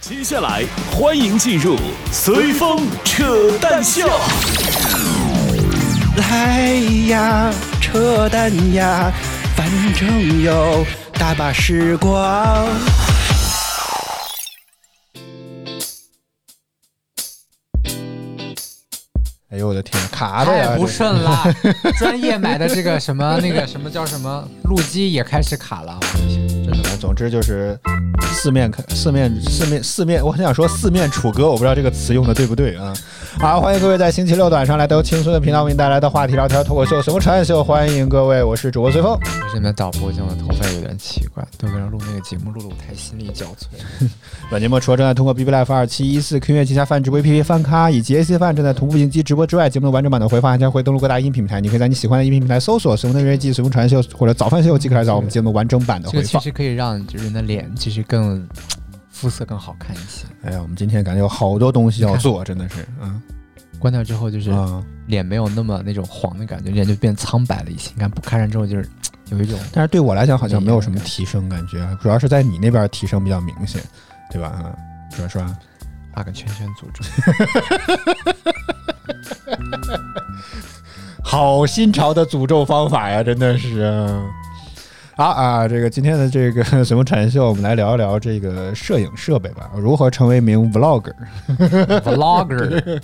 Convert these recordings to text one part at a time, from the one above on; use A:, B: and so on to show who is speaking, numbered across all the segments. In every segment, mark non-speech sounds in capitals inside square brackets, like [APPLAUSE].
A: 接下来，欢迎进入随风扯淡秀。
B: 来呀，扯淡呀，反正有大把时光。哎呦我的
C: [LAUGHS]
B: 天，卡的呀！
C: 太不
B: 这
C: 顺了， [LAUGHS] 专业买的这个什么那个什么叫什么录机也开始卡了，我的天，真的。
B: 哎总之就是四面开四面四面四面，我很想说四面楚歌，我不知道这个词用的对不对啊。好，欢迎各位在星期六的晚上来到由青春的频道为您带来的话题聊天脱口秀《什么扯淡秀》，欢迎各位，我是主播随风。
C: 我这边导播见我头发有点奇怪，对为了录那个节目录的我太心力交
B: [LAUGHS]
C: 瘁。
B: 本节目除了正在通过 BB Life 二七一四 Q 音乐旗下泛直播 APP 泛咖以及 AC 泛正在同步进行直播之外，节目的完整版的回放还将会登录各大音频平台，你可以在你喜欢的音频平台搜索“随风的日记”、“随风传秀”或者“早饭秀”，即可来找我们节目完整版的
C: 这
B: 回
C: 个其
B: 放。
C: 实可以让就是人的脸其实更肤色更好看一些。
B: 哎呀，我们今天感觉有好多东西要做，真的是，嗯
C: 关掉之后就是
B: 啊。
C: 脸没有那么那种黄的感觉，脸就变苍白了一些。你看不开上之后就是嗯有一种
B: 但是对我来讲好像没有什么提升感觉，啊主要是在你那边提升比较明显，对吧？啊，是吧？是吧？
C: 画啊个圈圈组织。
B: 好新潮的诅咒方法呀，真的是。啊啊，这个今天的这个 [LAUGHS] 什么禅秀，我们来聊一聊这个摄影设备吧，如何成为一名 vlogger。 [LAUGHS]
C: Vlogger，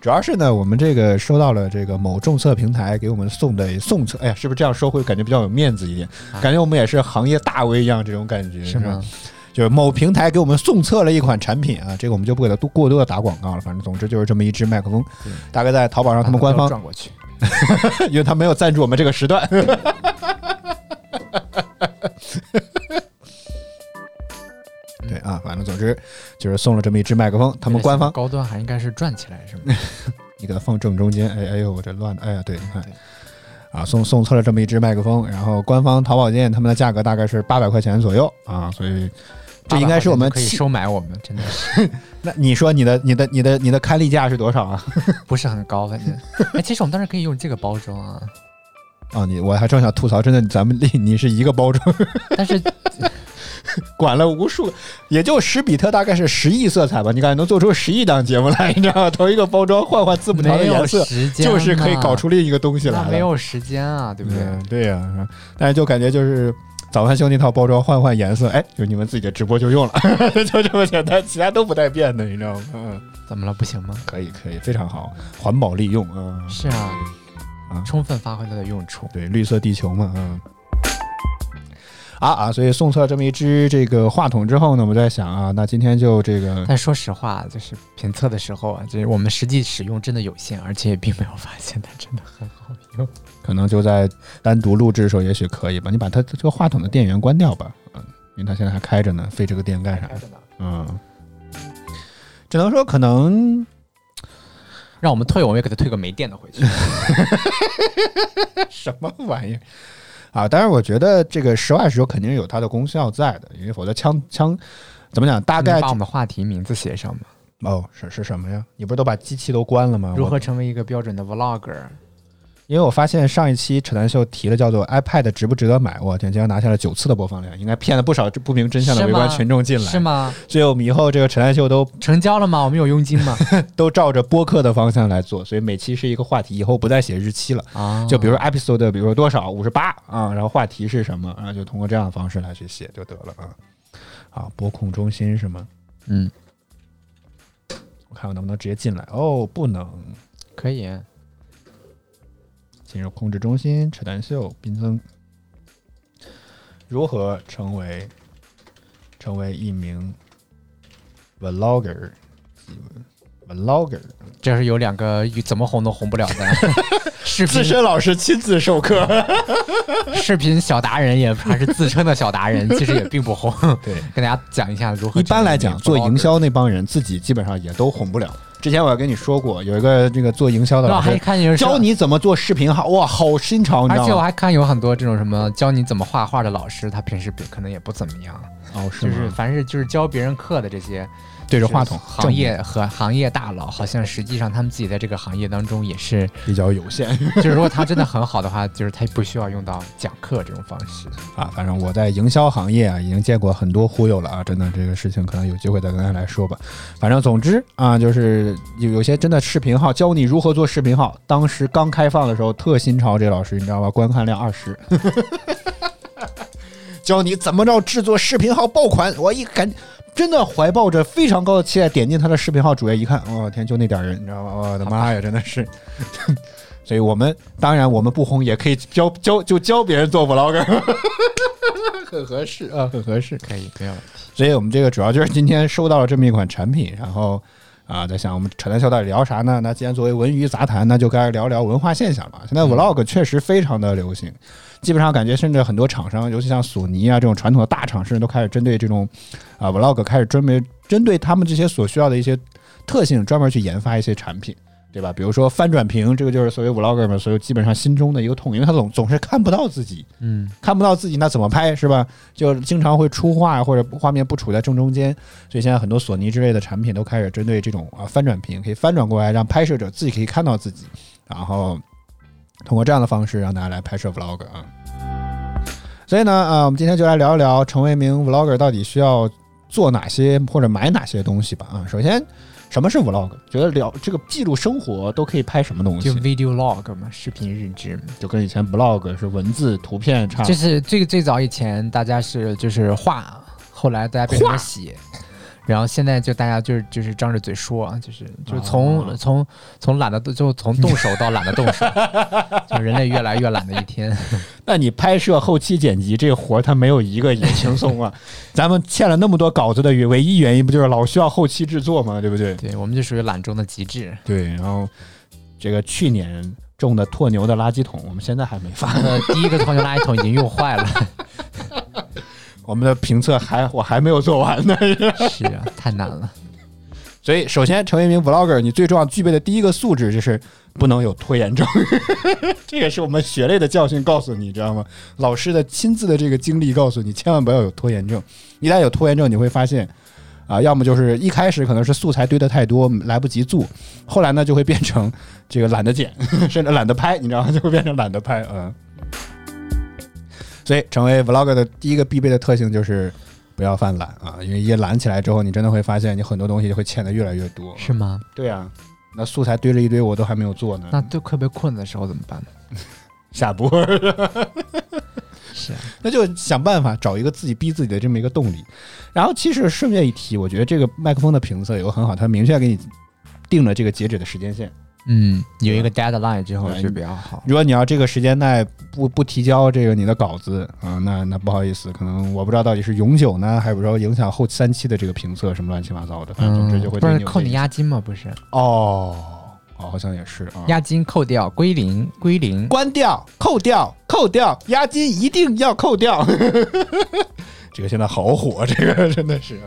B: 主要是呢，我们这个收到了这个某众测平台给我们送的送测，哎呀，是不是这样说会感觉比较有面子一点？
C: 啊
B: 感觉我们也是行业大 V 一样这种感觉，
C: 是
B: 吧
C: 吗？？
B: 就是某平台给我们送测了一款产品啊，这个我们就不给它多过多的打广告了。反正总之就是这么一支麦克风
C: 对，
B: 大概在淘啊宝上他们官
C: 把头
B: 方，
C: [LAUGHS] 啊转过去。
B: 因为他没有赞助我们这个时段。 [LAUGHS] 对啊，反正总之就是送了这么一支麦克风，他们官方
C: 高端还应该是转起来是吗？
B: 你给它放正中间，哎哎呦我这乱的，哎呀对，你看
C: 对
B: 啊送送测了这么一支麦克风，然后官方淘宝店他们的价格大概是八百块钱左右啊，所以 [LAUGHS] 这应该是我们
C: 可以
B: 七
C: 收买我们，真的是
B: 那你说你的你的你的你的刊例价是多少啊？
C: 不是很高， [LAUGHS] 反正。哎，其实我们当时可以用这个包装 [LAUGHS] 啊，
B: 啊，你我还正想吐槽，真的，咱们你是一个包装，
C: 但是
B: 管了无数，也就十比特大概是十亿色彩吧，你感觉能做出十亿档节目来，你知道吗？同一个包装换换字母条的
C: 没有
B: 颜色，
C: 时间嘛，啊
B: 就是可以搞出另一个东西来
C: 那
B: 了，
C: 没有时间啊，对
B: 对
C: 不对？
B: 对呀、嗯但是就感觉就是。早饭秀那套包装换换颜色，哎，就你们自己的直播就用了， [LAUGHS] 就这么简单，其他都不带变的，你知道吗？嗯，
C: 怎么了？不行吗？
B: 可以可以，非常好，环保利用啊。嗯
C: 是啊
B: 啊，
C: 充分发挥它的用处。
B: 对，绿色地球嘛，嗯。啊啊！所以送测这么一支这个话筒之后呢，我在想啊，那今天就这个
C: 但说实话，就是评测的时候啊，就是我们实际使用真的有限，而且也并没有发现它真的很好用。
B: 可能就在单独录制的时候，也许可以吧。你把它这个话筒的电源关掉吧，嗯，因为它现在还开着呢，费这个电干啥？嗯，只能说可能
C: [LAUGHS] 让我们退，我们也给它退个没电的回 [LAUGHS] 去。
B: [LAUGHS] 什么玩意儿啊！当然，我觉得这个实话实说肯定有它的功效在的，因为否则枪枪怎么讲？大
C: 你能
B: 概
C: 把我们的话题名字写上吗？
B: 哦是是什么呀？你不是都把机器都关了吗？
C: 如
B: 我
C: 何成为一个标准的 vlogger？
B: 因为我发现上一期扯淡秀提了叫做 iPad 值不值得买，我天，竟然拿下了九次的播放量，应该骗了不少不明真相的
C: 是
B: 围
C: 吗
B: 观群众进
C: 是
B: 来。
C: 吗？
B: 所以我们以后这个扯淡秀都
C: 成交了吗？我们有佣金 [LAUGHS] 吗？
B: 都照着播客的方向来做，所以每期是一个话题，以后不再写日期了。
C: 啊
B: 就比如说 episode，的比如说多少五十八啊，然后话题是什么，然啊后就通过这样的方式来去写就得了啊。啊，播控中心是吗？
C: 嗯，
B: 我看我能不能直接进来？哦，不能，
C: 可以，啊
B: 进入控制中心，扯淡秀，冰增。如何成为成为一名 vlogger？vlogger
C: 这是有两个怎么红都红不了的 [LAUGHS] 视
B: 资
C: 频
B: 深老师亲自授课，
C: 视频小达人也，还是自称的小
B: [LAUGHS]
C: 达人，其实也并不红。
B: 对
C: 跟大家讲一下如何。
B: 一般来讲，做营，销那帮人自己基本上也都红不了。之前我也跟你说过，有一个这个做营销的
C: 然后
B: 老
C: 还
B: 师
C: 看有
B: 教，你怎么做视频号，哇，好新潮，你
C: 而
B: 知
C: 且
B: 道
C: 我
B: 吗？
C: 还看有很多这种什么教你怎么画画的老师，他平时比可能也不怎么样，
B: 哦，是
C: 就
B: 吗？
C: 是凡是就是教别人课的这些
B: 对着话筒，
C: 就是行业和行业大佬，好像实际上他们自己在这个行业当中也是，
B: 正
C: [LAUGHS]
B: 比较有限
C: 就是如果他真的很好的话，就是他不需要用到讲课这种方式。
B: 啊。反正我在营销行业啊，已经见过很多忽悠了啊，真的这个事情可能有机会再跟大家来说吧。反正总之啊，就是有有些真的视频号教你如何做视频号，当时刚开放的时候特新潮，这老师你知道吧？观看量二十。 [LAUGHS] 教你怎么着制作视频号爆款，我一感真的怀抱着非常高的期待点进他的视频号主页一看，我、天，就那点人，你知道吗？我的妈呀，真的是。 [LAUGHS] 所以我们当然我们不红也可以教教就教别人做 vlogger，很合适啊，很合适。
C: 可以，没有问题。
B: 所以我们这个主要就是今天收到了这么一款产品，然后啊，在想我们扯淡笑到底聊啥呢？那既然作为文娱杂谈，那就该聊聊文化现象了。现在 vlog 确实非常的流行，基本上感觉甚至很多厂商，尤其像索尼啊这种传统的大厂，甚至都开始针对这种啊 vlog 开始专门针对他们这些所需要的一些特性，专门去研发一些产品。对吧？比如说翻转屏，这个就是所谓 vlogger 们所有基本上心中的一个痛，因为他总总是看不到自己，
C: 嗯，
B: 看不到自己，那怎么拍是吧？就经常会出画或者画面不处在正中间，所以现在很多索尼之类的产品都开始针对这种啊翻转屏，可以翻转过来，让拍摄者自己可以看到自己，然后通过这样的方式让大家来拍摄 vlog 啊。所以呢，啊，我们今天就来聊一聊成为一名 vlogger 到底需要做哪些或者买哪些东西吧啊。首先，什么是 vlog？觉得聊这个记录生活都可以拍什么东西
C: 就？video log 嘛，视频日志嘛。
B: 就跟以前 blog 是文字图片差不多
C: 就是最最早以前大家是就是画，后来大家变成了写，然后现在就大家就是就是张着嘴说，啊就是就是从、
B: 哦
C: 从从懒得动就从动手到懒得动
B: [LAUGHS]
C: 手，就人类越来越懒的一天。
B: 那你拍摄、后期剪辑这活儿，它没有一个也轻松 [LAUGHS] 啊。咱们欠了那么多稿子的唯一原因，不就是老需要后期制作吗？对不对？
C: 对我们就属于懒中的极致。
B: 对。然后这个去年种的拓牛的垃圾桶，我们现在还没发。 [LAUGHS]
C: 呃，第一个同学垃圾桶已经用坏了， [LAUGHS]
B: 我们的评测还我还没有做完呢。
C: 是啊，太难了。
B: 所以，首先成为一名 vlogger，你最重要具备的第一个素质就是不能有拖延症。这也是我们血泪的教训，告诉你，知道吗？老师的亲自的这个经历告诉你，千万不要有拖延症。一旦有拖延症，你会发现，啊、要么就是一开始可能是素材堆的太多，来不及做；后来呢，就会变成这个懒得剪，甚至懒得拍，你知道吗？ [LAUGHS] 就会变成懒得拍，嗯。所以，成为 vlogger 的第一个必备的特性就是不要犯懒啊，因为一懒起来之后，你真的会发现你很多东西就会欠的越来越多。
C: 是吗？
B: 对啊，那素材堆了一堆，我都还没有做呢。 [LAUGHS]
C: 那对特别困的时候怎么办呢？
B: 下播，
C: 是啊，
B: 那就想办法找一个自己逼自己的这么一个动力。然后，其实顺便一提，我觉得这个麦克风的评测有个很好，它明确给你定了这个截止的时间线。
C: 嗯，有一个 deadline 之后
B: 对
C: 就比较好。
B: 如果你要这个时间内不不提交这个你的稿子啊、那那不好意思，可能我不知道到底是永久呢，还是说影响后三期的这个评测什么乱七八糟的，反正哎总
C: 嗯
B: 之就，会
C: 不
B: 对
C: 是
B: 有
C: 扣你
B: 这个啊
C: 押金吗？不是，
B: 哦哦，好像也是啊。
C: 押金扣掉归零，归零。
B: 关掉、扣掉、扣掉，押金一定要扣掉。 [LAUGHS] 这个现在好火，这个真的是。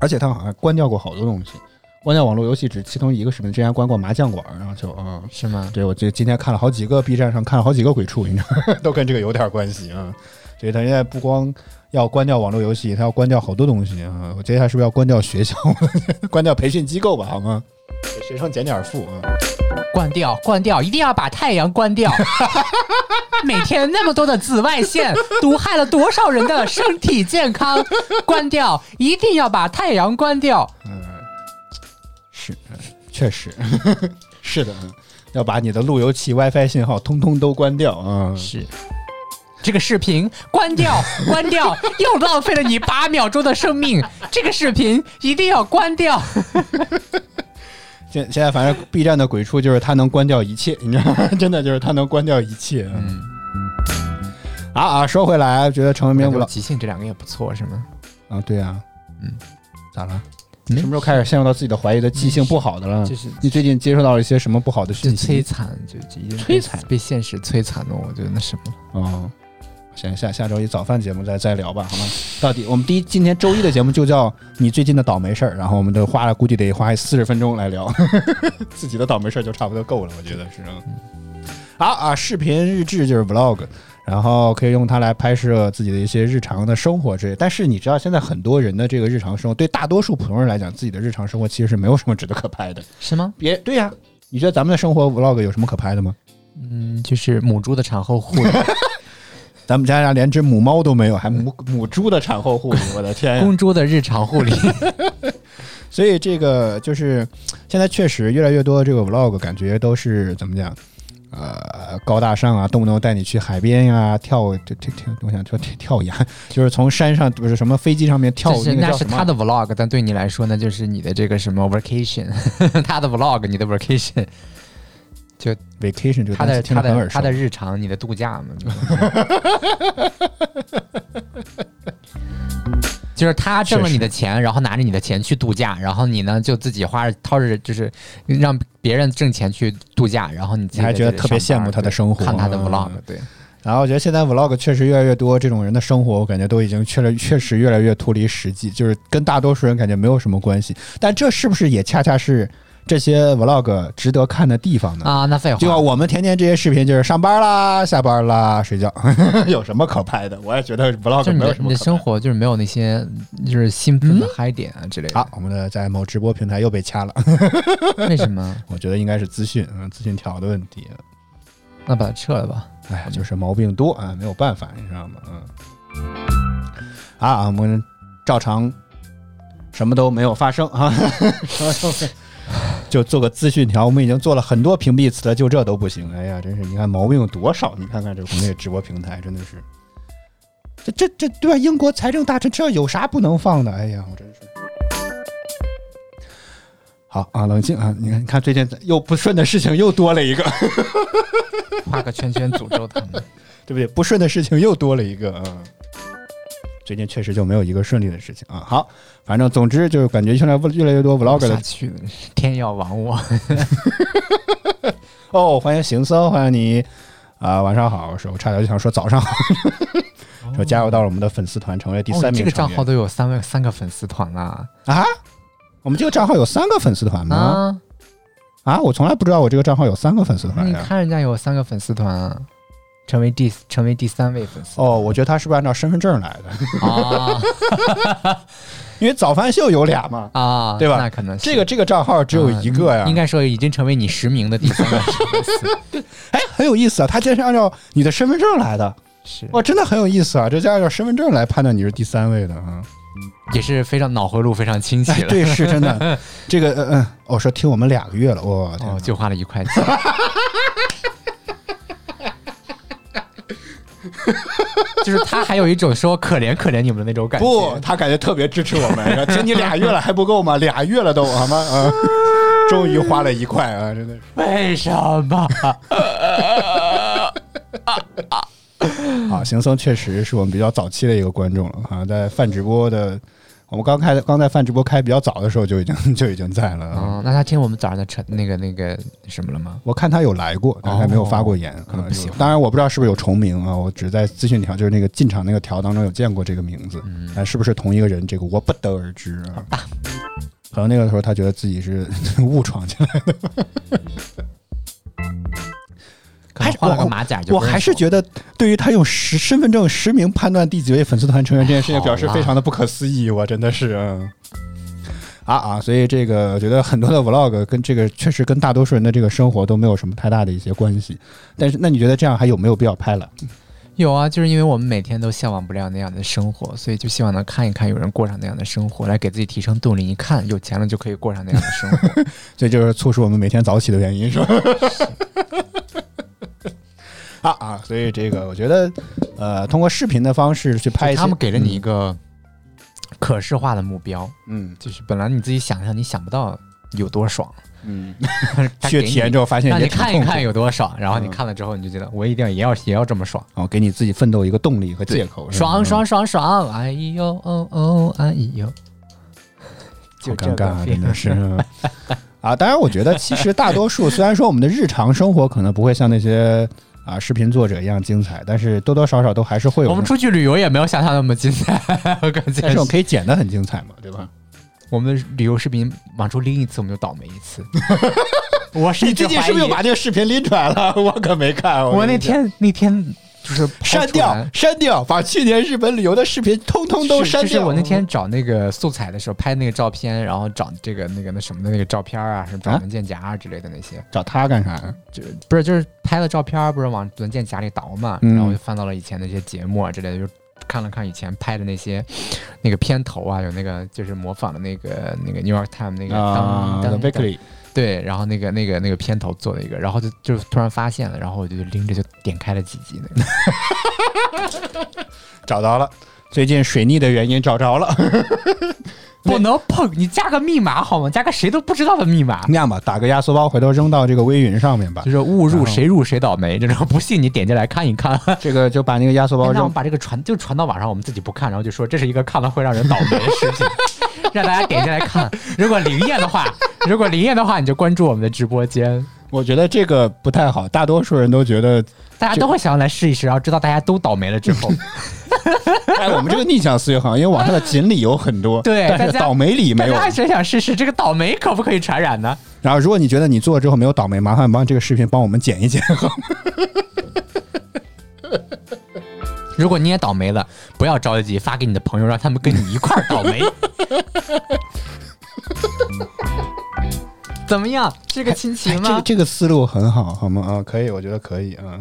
B: 而且他好像关掉过好多东西，关掉网络游戏只其中一个视频，之前还关过麻将馆，然后就嗯，
C: 是吗？
B: 对我这今天看了好几个 B 站上看了好几个鬼畜，你知道， [LAUGHS] 都跟这个有点关系啊。所以他现在不光要关掉网络游戏，他要关掉好多东西啊。我接下来是不是要关掉学校， [LAUGHS] 关掉培训机构吧？好吗？给学生减点负啊。
C: 关掉，关掉，一定要把太阳关 [LAUGHS] 掉。每天那么多的紫外线，毒害了多少人的身体健康？关掉，一定要把太阳关掉。
B: 是，呃确实 [LAUGHS] 是的，嗯要把你的路由器、WiFi 信号通通都关掉啊！
C: 是。这个视频关 [LAUGHS] 掉，关掉，又浪费了你八秒钟的生命。这个视频一定要关掉。
B: 现现在反正 B 站的鬼畜就是它能关掉一切，你知道吗？ [LAUGHS] 真的就是它能关掉一切。嗯。啊啊！说回来，觉得成为名不
C: 有
B: 老
C: 即兴这两个也不错，是吗？
B: 啊，对啊，
C: 嗯，
B: 咋了？
C: 嗯
B: 什么时候开始陷入到自己的怀疑的记性不好的了？
C: 就是
B: 你最近接受到了一些什么不好的
C: 就
B: 讯
C: 摧
B: 息？
C: 残，就就已经
B: 摧残
C: 被现实摧残了，我觉得那什么了。
B: 哦，行，下下周一早饭节目再再聊吧，好吗？到底我们第一今天周一的节目就叫你最近的倒霉事儿，然后我们都花了估计得花四十分钟来聊 [LAUGHS] 自己的倒霉事儿就差不多够了，我觉得是。嗯好啊，视频日志就是 vlog，然后可以用它来拍摄自己的一些日常的生活之类。但是你知道，现在很多人的这个日常生活，对大多数普通人来讲，自己的日常生活其实是没有什么值得可拍的。
C: 是吗？
B: 别对呀、你觉得咱们的生活 vlog 有什么可拍的吗？
C: 嗯，就是母猪的产后
B: [LAUGHS]
C: 护理，
B: 咱们家家连只母猫都没有，还母母猪的产后护理，我的天呀！
C: 嗯公猪的日常护理。
B: [LAUGHS] 所以这个就是现在确实越来越多这个 vlog 感觉都是怎么讲？呃，高大上啊，动不动带你去海边呀、跳这这这，我想说跳跳崖，就是从山上不是什么飞机上面跳，
C: 就是
B: 个
C: 哦那
B: 叫
C: 是
B: 什么
C: 他的 vlog，但对你来说呢，就是你的这个什么 vacation，他 [LAUGHS] 的 vlog，你的 vacation，
B: vacation 这个
C: 他
B: 单词
C: 的
B: 听
C: 他
B: 着很
C: 的
B: 耳熟
C: 他的日常，你的度假嘛。 [LAUGHS] 就是他挣了你的钱，然后拿着你的钱去度假，然后你呢就自己花着掏着，就是让别人挣钱去度假，然后你自
B: [LAUGHS]
C: 己
B: 你还
C: 在
B: 觉得
C: 这里
B: 特别
C: 上班
B: 羡慕他的
C: 对
B: 生活
C: 看他的
B: 嗯
C: vlog，对，
B: 然后我觉得现在 vlog 确实越来越多，这种人的生活我感觉都已经确了，确实越来越脱离实际，就是跟大多数人感觉没有什么关系。但这是不是也恰恰是这些 vlog 值得看的地方
C: [LAUGHS]
B: 呢？
C: 啊，那废
B: 就像
C: 话，
B: 我们天天这些视频，就是上班啦、下班啦、睡觉， [LAUGHS] 有什么可拍的？我也觉得 vlog
C: 就是你
B: 没有
C: 的
B: 什么可拍嗯
C: 你的生。活就是没有那些就是兴奋的嗨点啊之类 [LAUGHS] 的，
B: 好，我们的在某直播平台又被掐了，
C: 为什么？
B: 我觉得应该是资讯，嗯，资讯条的问题。
C: 那把它撤了吧。
B: 哎呀，就是毛病多啊，没有办法，你知道吗？嗯。啊，我们照常什么都没有发生啊，什么都没有就做个资讯条。我们已经做了很多屏蔽词了，就这都不行。哎呀，真是你看毛病有多少？你看看这国内直播平台，真的是，这这这对吧？啊英国财政大臣这有啥不能放的？哎呀，我真是。好啊，冷静啊！你看，你看，最近又不顺的事情又多了一个。
C: 画个圈圈诅咒他
B: [LAUGHS]
C: 们。
B: 对不对？不顺的事情又多了一个啊。嗯最近确实就没有一个顺利的事情啊。好，反正总之就是感觉现在越来越多 vlog
C: 下
B: 的
C: 去，天要亡我。
B: 哦。欢迎行僧，欢迎你啊、晚上好。是我差点就想说早
C: [LAUGHS]
B: 上好，说加入到了我们的粉丝团，成为第三
C: 哦、
B: 名成员、
C: 这个账号都有三位三个粉丝团啦
B: 啊，我们这个账号有三个粉丝团吗？
C: 啊！
B: 啊我从来不知道我这个账号有三个粉丝团
C: 哦你
B: 呀。
C: 看人家有三个粉丝团、啊，成为第成为第三位粉丝
B: 哦，我觉得他是不是按照身份证来的？
C: 啊
B: 因为早饭秀有俩嘛，[LAUGHS]
C: 啊，
B: 对吧
C: 那可能是啊
B: 这个这个账号只有一个呀。
C: 应该说已经成为你实名的第三个粉丝。
B: 哎，很有意思啊，他竟然是按照你的身份证来的。
C: 是，
B: 哇，真的很有意思啊！这是按照身份证来判断你是第三位的啊。
C: [LAUGHS] 也是非常脑回路非常清晰
B: 哎，
C: 了。
B: 对，是真
C: [LAUGHS]
B: 的。这个，嗯嗯，我说听我们俩个月了，我、天
C: 哦，
B: 哪
C: 就花了一块钱。 [LAUGHS] 就是他还有一种说可怜可怜你们的那种感觉，
B: 不，他感觉特别支持我们。听你俩月了还不够
C: [LAUGHS]
B: 吗？俩月了都好吗？啊，终于花了一块啊，真的是。
C: 为什么？嗯
B: 好，啊行僧确实是我们比较早期的一个观众了，好像在饭直播的，我们刚开刚在饭直播开比较早的时候就已经 [LAUGHS] 就已经在了。啊。
C: 哦，那他听我们早上的晨那个那个什么了吗？
B: 我看他有来过，但是还
C: 哦
B: 没有发过言。
C: 可能
B: 啊
C: 不喜欢
B: 当然，我不知道是不是有重名啊，我只在资讯条，就是那个进场那个条当中有见过这个名字，
C: 嗯
B: 但是不是同一个人，这个我不得而知啊。可能那个时候他觉得自己是 [LAUGHS] 误闯进来，
C: [LAUGHS] 可能换了个马甲就
B: 我
C: 不认识
B: 还是觉得对于他用实身份证实名判断第几位粉丝团成员这件事情，
C: 好啦
B: 表示非常的不可思议，我真的是嗯啊啊！所以这个我觉得很多的 vlog 跟这个确实跟大多数人的这个生活都没有什么太大的一些关系。但是那你觉得这样还有没有必要拍了？
C: 有啊，就是因为我们每天都向往不了那样的生活，所以就希望能看一看有人过上那样的生活，来给自己提升动力。一看有钱了就可以过上那样的
B: [LAUGHS]
C: 生活，
B: 这就是促使我们每天早起的原因，是吧？ [LAUGHS] 啊啊！所以这个我觉得，呃，通过视频的方式去拍一些，
C: 他们给了你一个可视化的目标，
B: 嗯
C: 就是本来你自己想象你想不到有多爽，
B: 嗯，
C: 他
B: 去
C: 给你
B: 体验之后发现
C: [LAUGHS] 让
B: 也
C: 你
B: 挺
C: 看一
B: 痛苦
C: 看，有多爽，然后你
B: 嗯
C: 看了之后你就觉得我一定也要也要这么爽。
B: 哦，给你自己奋斗一个动力和借口，是吧
C: 爽爽爽爽，哎呦哦哦，哎呦，
B: 好
C: 就这
B: 尴
C: 个
B: 尬 [LAUGHS] 啊，真
C: feel
B: 的是。
C: 嗯
B: 啊，当然，我觉得其实大多数，虽然说我们的日常生活可能不会像那些啊视频作者一样精彩，但是多多少少都还是会有那
C: 我们
B: 种，
C: 出去旅游也没有想象那么精彩，我感
B: [LAUGHS]
C: 觉
B: 但是我们可以剪得很精彩嘛，对吧？
C: 我们的旅游视频往出拎一次，我们就倒霉一
B: [LAUGHS]
C: 次。我甚
B: 你
C: 至
B: 最近
C: 怀
B: 是
C: 疑
B: [LAUGHS] 不是又把这个视频拎出来了？我可没看。
C: 我
B: 跟
C: 那
B: 你讲
C: 天那天
B: 就是抛出来
D: 删掉，删掉，把去年日本旅游的视频通通都
C: 是
D: 删
C: 就是
D: 掉。
C: 我那
B: 嗯
C: 天找那个素材的时候拍那个照片，然后找这个那个那什么的那个照片啊，什么找
B: 啊
C: 文件夹啊之类的那些，
B: 找他干啥？
C: 就不是就是拍了照片，不是往文件夹里倒嘛，
B: 嗯
C: 然后我就翻到了以前的一些节目啊之类的，就看了看以前拍的那些那个片头啊，有那个就是模仿的那个那个 New York Times 那个
B: 啊
C: 当当
B: ，The Bakery，
C: 对，然后那个那个那个片头做的一个，然后就就突然发现了，然后我就拎着就点开了几集那个，
B: 找到了。最近水逆的原因找着了，
C: [LAUGHS]
B: [LAUGHS]
C: 不能碰，你加个密码好吗？加个谁都不知道的密码，
B: 那样吧，打个压缩包，回头扔到这个微云上面吧
C: 就。是误入谁入谁倒霉，这种不信你点进来看一看。
B: 这个就把那个压缩包
C: 哎那我
B: 扔
C: 们把这个传就传到网上，我们自己不看，然后就说这是一个看了会让人倒霉的视频，
B: [LAUGHS]
C: 让大家点进来看。如果灵验的话，如果灵验的话，你就关注我们的直播间，
B: 我觉得这个不太好，大多数人都觉
C: [LAUGHS]
B: 得，
C: 大家都会想要来试一试，然后知道大家都倒霉了
B: [LAUGHS]
C: 之后，
B: 哎，我们这个逆向思维好像，因为网上的锦鲤有很多，
C: 对
B: 但
C: 大
B: 是
C: 家
B: 倒霉鲤
C: 大
B: 没有
C: 家。还是想试试这个倒霉可不可以传染呢？
B: 然后，如果你觉得你做了之后没有倒霉，麻烦帮这个视频帮我们剪一
C: [LAUGHS]
B: 剪。
C: 如果你也倒霉了，不要着急，发给你的朋友，让他们跟你一块儿倒
B: [LAUGHS]
C: 霉。怎么样？是个亲戚
B: 哎这
C: 吗 [LAUGHS]
B: 个？这个思路很好，好吗？啊，可以，我觉得可以啊。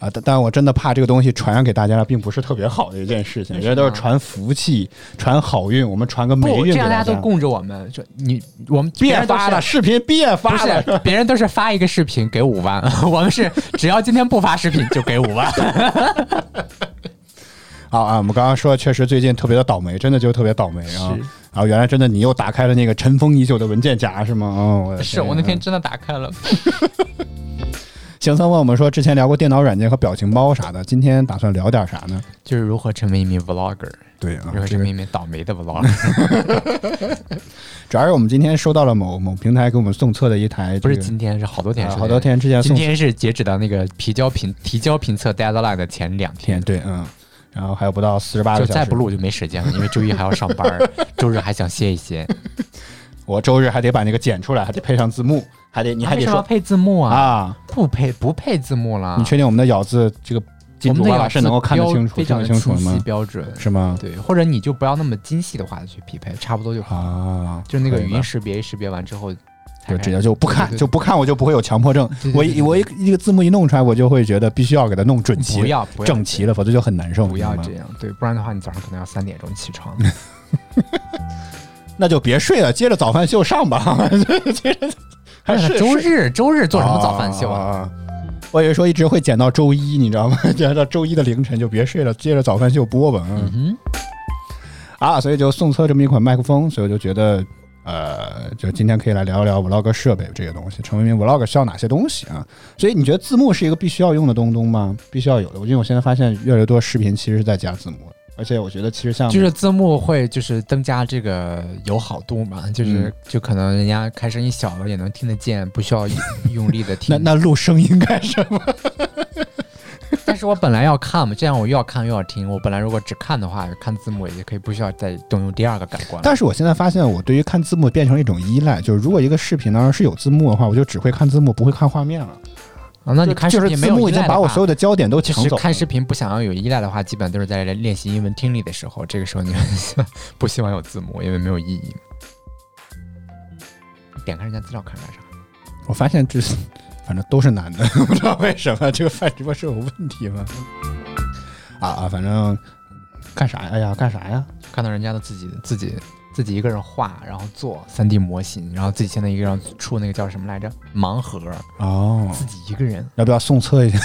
B: 啊，但但我真的怕这个东西传染给大家了，并不是特别好的一件事情。人家都是传福气、传好运，我们传个霉
C: 不，
B: 运
C: 这
B: 给
C: 样大
B: 家
C: 家都供着我们，说你我们别
B: 别
C: 人都
B: 发
C: 是
B: 了，视频别
C: 不
B: 发了。
C: 是别人都是发一个视频给五万，我们是只要今天不发视频就给五万。
B: 啊啊！我们刚刚说，确实最近特别的倒霉，真的就特别倒霉啊！啊，原来真的你又打开了那个尘封已久的文件夹 [LAUGHS] 是吗？哦，我的
C: 是我那天真的打开了，
B: 行，三问我们说之前聊过电脑软件和表情包啥的，今天打算聊点啥呢？
C: 就是如何成为一名 vlogger，
B: 对啊
C: 如，何
B: 这
C: 成
B: 个
C: 为一名倒霉的 vlogger，
B: 主要是我们今天收到了某某平台给我们送测的一台、
C: [LAUGHS] 不是
B: 这个
C: 今天，是好多天
B: 啊
C: 之前，
B: 好多天之前
C: 今
B: 送
C: 天是截止到那个提交评提交评测 deadline 的前两
B: 天，，
C: 天
B: 对，嗯，然后还有不到四十八个
C: 就
B: 小时，
C: 再不录就没时间了，因为周一还要上班儿，周日还想歇一歇。
B: 我周日还得把那个剪出来，还得配上字幕，还得你还
C: 为
B: 得
C: 什么要
B: 说
C: 配字幕啊？
B: 啊，
C: 不配不配字幕了？
B: 你确定我们的咬字这个
C: 我
B: 金
C: 们
B: 主
C: 那
B: 爸
C: 个
B: 啊爸是能够看得
C: 标
B: 清楚、
C: 非
B: 听
C: 常
B: 得清楚
C: 清
B: 的
C: 晰
B: 吗？
C: 标准
B: 是吗？
C: 对，或者你就不要那么精细的话去匹配，差不多就好。
B: 啊，
C: 就那个
B: 可以
C: 语
B: 吧
C: 音识别，识别完之后，
B: 就直接就不
C: 对对
B: 看，
C: 对
B: 就不看，我就不会有强迫症
C: 对对。对
B: 我
C: 对
B: 一
C: 对
B: 我一一个字幕一弄出来，我就会觉得必须要给它弄准齐
C: 不、要不要
B: 整齐了，否则就很难受。
C: 不要
B: 你知道
C: 这
B: 吗，
C: 样，对，不然的话你早上可能要三点钟起 [LAUGHS] 床。
B: 那就别睡了，接着早饭秀上吧。 [LAUGHS] 接着还
C: 是
B: 是
C: 哎周日周日做什么早饭秀
B: 啊
C: 啊？
B: 啊？啊我以为说一直会剪到周一，你知道吗？ [LAUGHS] 剪到周一的凌晨就别睡了，接着早饭秀播吧。嗯
C: 嗯
B: 啊，所以就送测这么一款麦克风，所以我就觉得，呃，就今天可以来聊一聊 vlog 设备这个东西，成为一名 vlog 需要哪些东西啊？所以你觉得字幕是一个必须要用的东东吗？必须要有的。我因为我现在发现越来越多视频其实是在加字幕的，而且我觉得其实像
C: 就是字幕会就是增加这个友好度嘛，就是、
B: 嗯
C: 就可能人家开声音小了也能听得见，不需要用力的听
B: 那。那录声音干什么？
C: 但是我本来要看嘛，这样我又要看又要听。我本来如果只看的话，看字幕也可以不需要再动用第二个感官了。
B: 但是我现在发现，我对于看字幕变成了一种依赖，就是如果一个视频呢是有字幕的话，我就只会看字幕，不会看画面了。
C: 啊那你看视
B: 就是
C: 频没
B: 字
C: 有
B: 幕已
C: 依
B: 经
C: 赖的
B: 把我
C: 话
B: 所有的焦点都
C: 其
B: 抢
C: 实
B: 走了。
C: 看视频不想要有依赖的话，基本都是在练习英文听力的时候，这个时候你 [LAUGHS] 不希望有字幕，因为没有意义。点开人家资料看干啥？
B: 我发现这是反正都是男的， [LAUGHS] 不知道为什么这个饭直播是有问题吗？啊啊，反正干啥呀？哎呀，干啥呀？
C: 看到人家的自己自己自己一个人画，然后做 3D 模型，然后自己现在一个人出那个叫什么来着？盲盒，
B: 哦，
C: 自己一个人，
B: 要不要送测一下？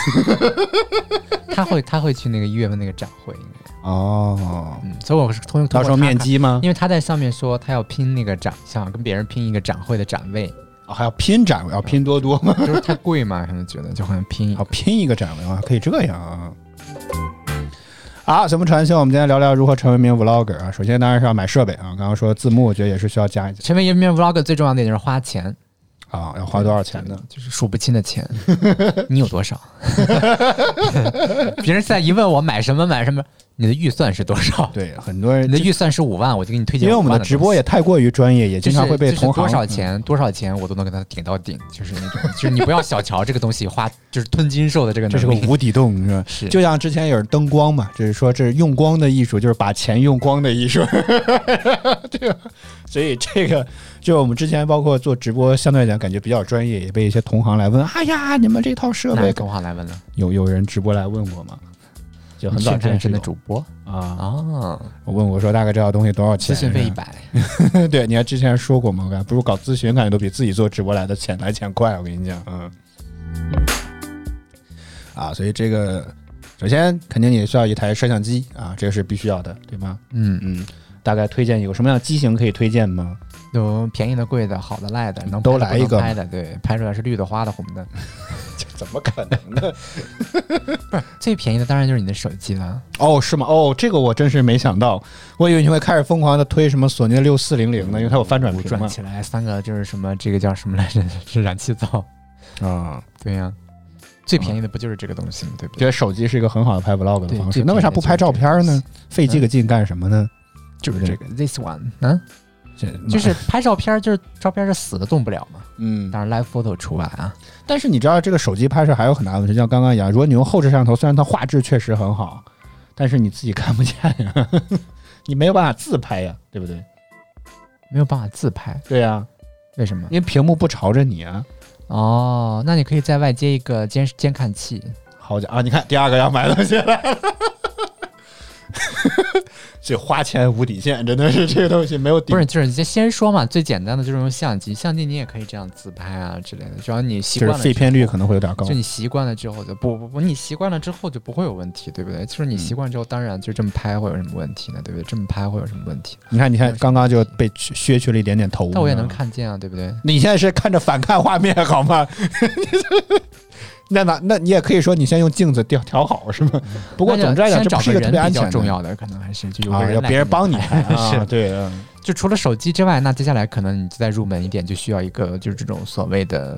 C: 他会他会去那个一月份那个展会，应该
B: 哦，嗯
C: 嗯，所以我是通通过
B: 到时候
C: 他
B: 面
C: 看。
B: 基吗？
C: 因为他在上面说他要拼那个展，想跟别人拼一个展会的展位，
B: 哦还要拼展位，要拼多多吗？
C: 就是太贵嘛，可能觉得就好像拼一个
B: 要拼一个展位啊，可以这样啊。好，什么传销？我们今天聊聊如何成为一名 vlogger 啊。首先当然是要买设备啊。刚刚说字幕，我觉得也是需要加一加
C: 成为一名 vlog 最重要的一点就是花钱，
B: 啊。要花多少钱呢？
C: 就是数不清的
D: [LAUGHS]
C: 钱。 [LAUGHS] 你有多少？别人现在一问我买什么买什么，你的预算是多少？
B: 对，很多人
C: 你的预算是五万，我就给你推荐
B: 因
C: 5万
B: 为
C: 东
B: 我们
C: 西。
B: 的直播也太过于专业，也
C: 就
B: 经
C: 是
B: 常会被
C: 就是
B: 同行
C: 多少钱多少钱我都能跟他顶到顶，就是那种，就是你不要小瞧这个东西花，就是吞金兽的这个
B: 这是
C: 能
B: 个
C: 力。
B: 无底洞，是吧？
C: 是
B: 就像之前有人灯光嘛，就是说这是用光的艺术，就是把钱用光的艺术， [LAUGHS] 对吧？所以这个就我们之前包括做直播，相对来讲感觉比较专业，也被一些同行来问，哎呀，你们这套设
C: 那
B: 备
C: 跟我来问了，
B: 有有人直播来问我吗？就很早
C: 宣
B: 之前
C: 传
B: 是
C: 神的
B: 有
C: 主播
B: 啊，
C: 啊，
B: 我问我说大概这套东西多少
C: 咨
B: 钱？
C: 询费一百，
B: [LAUGHS] 对，你还之前说过嘛，我感觉不如搞咨询，感觉都比自己做直播来的钱来钱快。我跟你讲，嗯，啊，所以这个首先肯定也需要一台摄像机啊，这个是必须要的，对吗？
C: 嗯，
B: 嗯，大概推荐有什么样的机型可以推荐吗？ [LAUGHS]
C: 有便宜的、贵的、好的、赖的，能
B: 都
C: 拍的
B: 来
C: 不
B: 一
C: 能
B: 个
C: 拍的，对，拍出来是绿的、花的、红的。
B: 怎么可能呢？
C: 最便宜的当然就是你的手机了，
B: 哦，是吗？哦，这个我真是没想到，我以为你会开始疯狂的推什么索尼的六四零零呢，因为它有翻转
C: 我
B: 屏
C: 转
B: 嘛。
C: 起来三个就是什么，这个叫什么来着？ [LAUGHS] 是燃气灶，
B: 啊，
C: 对呀、最便宜的不就是这个东西吗？对不
B: 觉
C: 对？
B: 得手机是一个很好的拍 vlog 的
C: 对
B: 方
C: 最
B: 式，那为啥
C: 便宜
B: 不
C: 就是
B: 拍
C: 这
B: 照
C: 个
B: 片呢？费这个劲干什么呢？
C: 就是这个 this one，嗯，
B: 这
C: 就是拍照片儿，就是照片儿是死的动不了嘛，
B: 嗯，
C: 当然 live photo 除外啊。
B: 但是你知道这个手机拍摄还有很大的问题，像刚刚一样，如果你用后置摄像头，虽然它画质确实很好，但是你自己看不见呀， [LAUGHS] 你没有办法自拍呀，对不对？
C: 没有办法自拍，
B: 对呀、
C: 为什么
B: 因？为屏幕不朝着你啊。
C: 哦，那你可以在外接一个监监看器，
B: 好家伙、啊，你看第二个要买东西了。 [LAUGHS] 这花钱无底线，真的是这个东西没有底。
C: 不是，就是先先说嘛，最简单的就是用相机，相机你也可以这样自拍啊之类的，只要你习
B: 就
C: 惯
B: 是
C: 了
B: 废
C: 之
B: 片率
C: 后
B: 可能会有点高
C: 就。你习惯了之后就不不不，你习惯了之后就不会有问题，对不对？就是
B: 嗯
C: 你习惯之后，当然就这么拍会有什么问题呢？对不对？这么拍会有什么问题？
B: 你看，你看，刚刚就被削削去了一点点头。嗯
C: 但我也能。看见啊，对不对？
B: 你现在是看着反看画面好吗？ [LAUGHS] 那哪？那你也可以说你先用镜子调调好是吗？不过
C: 嗯那就
B: 总之来讲，
C: 先
B: 这
C: 找
B: 不是一
C: 个
B: 个特
C: 人
B: 别安
C: 比
B: 全
C: 较
B: 的
C: 重要的，可能还是就有个
B: 啊，
C: 人
B: 要
C: 来
B: 别人
C: 给你
B: 帮你
C: 拍
B: 啊，
C: 是
B: 对，嗯
C: 就除了手机之外，那接下来可能你再入门一点，就需要一个就是这种所谓的，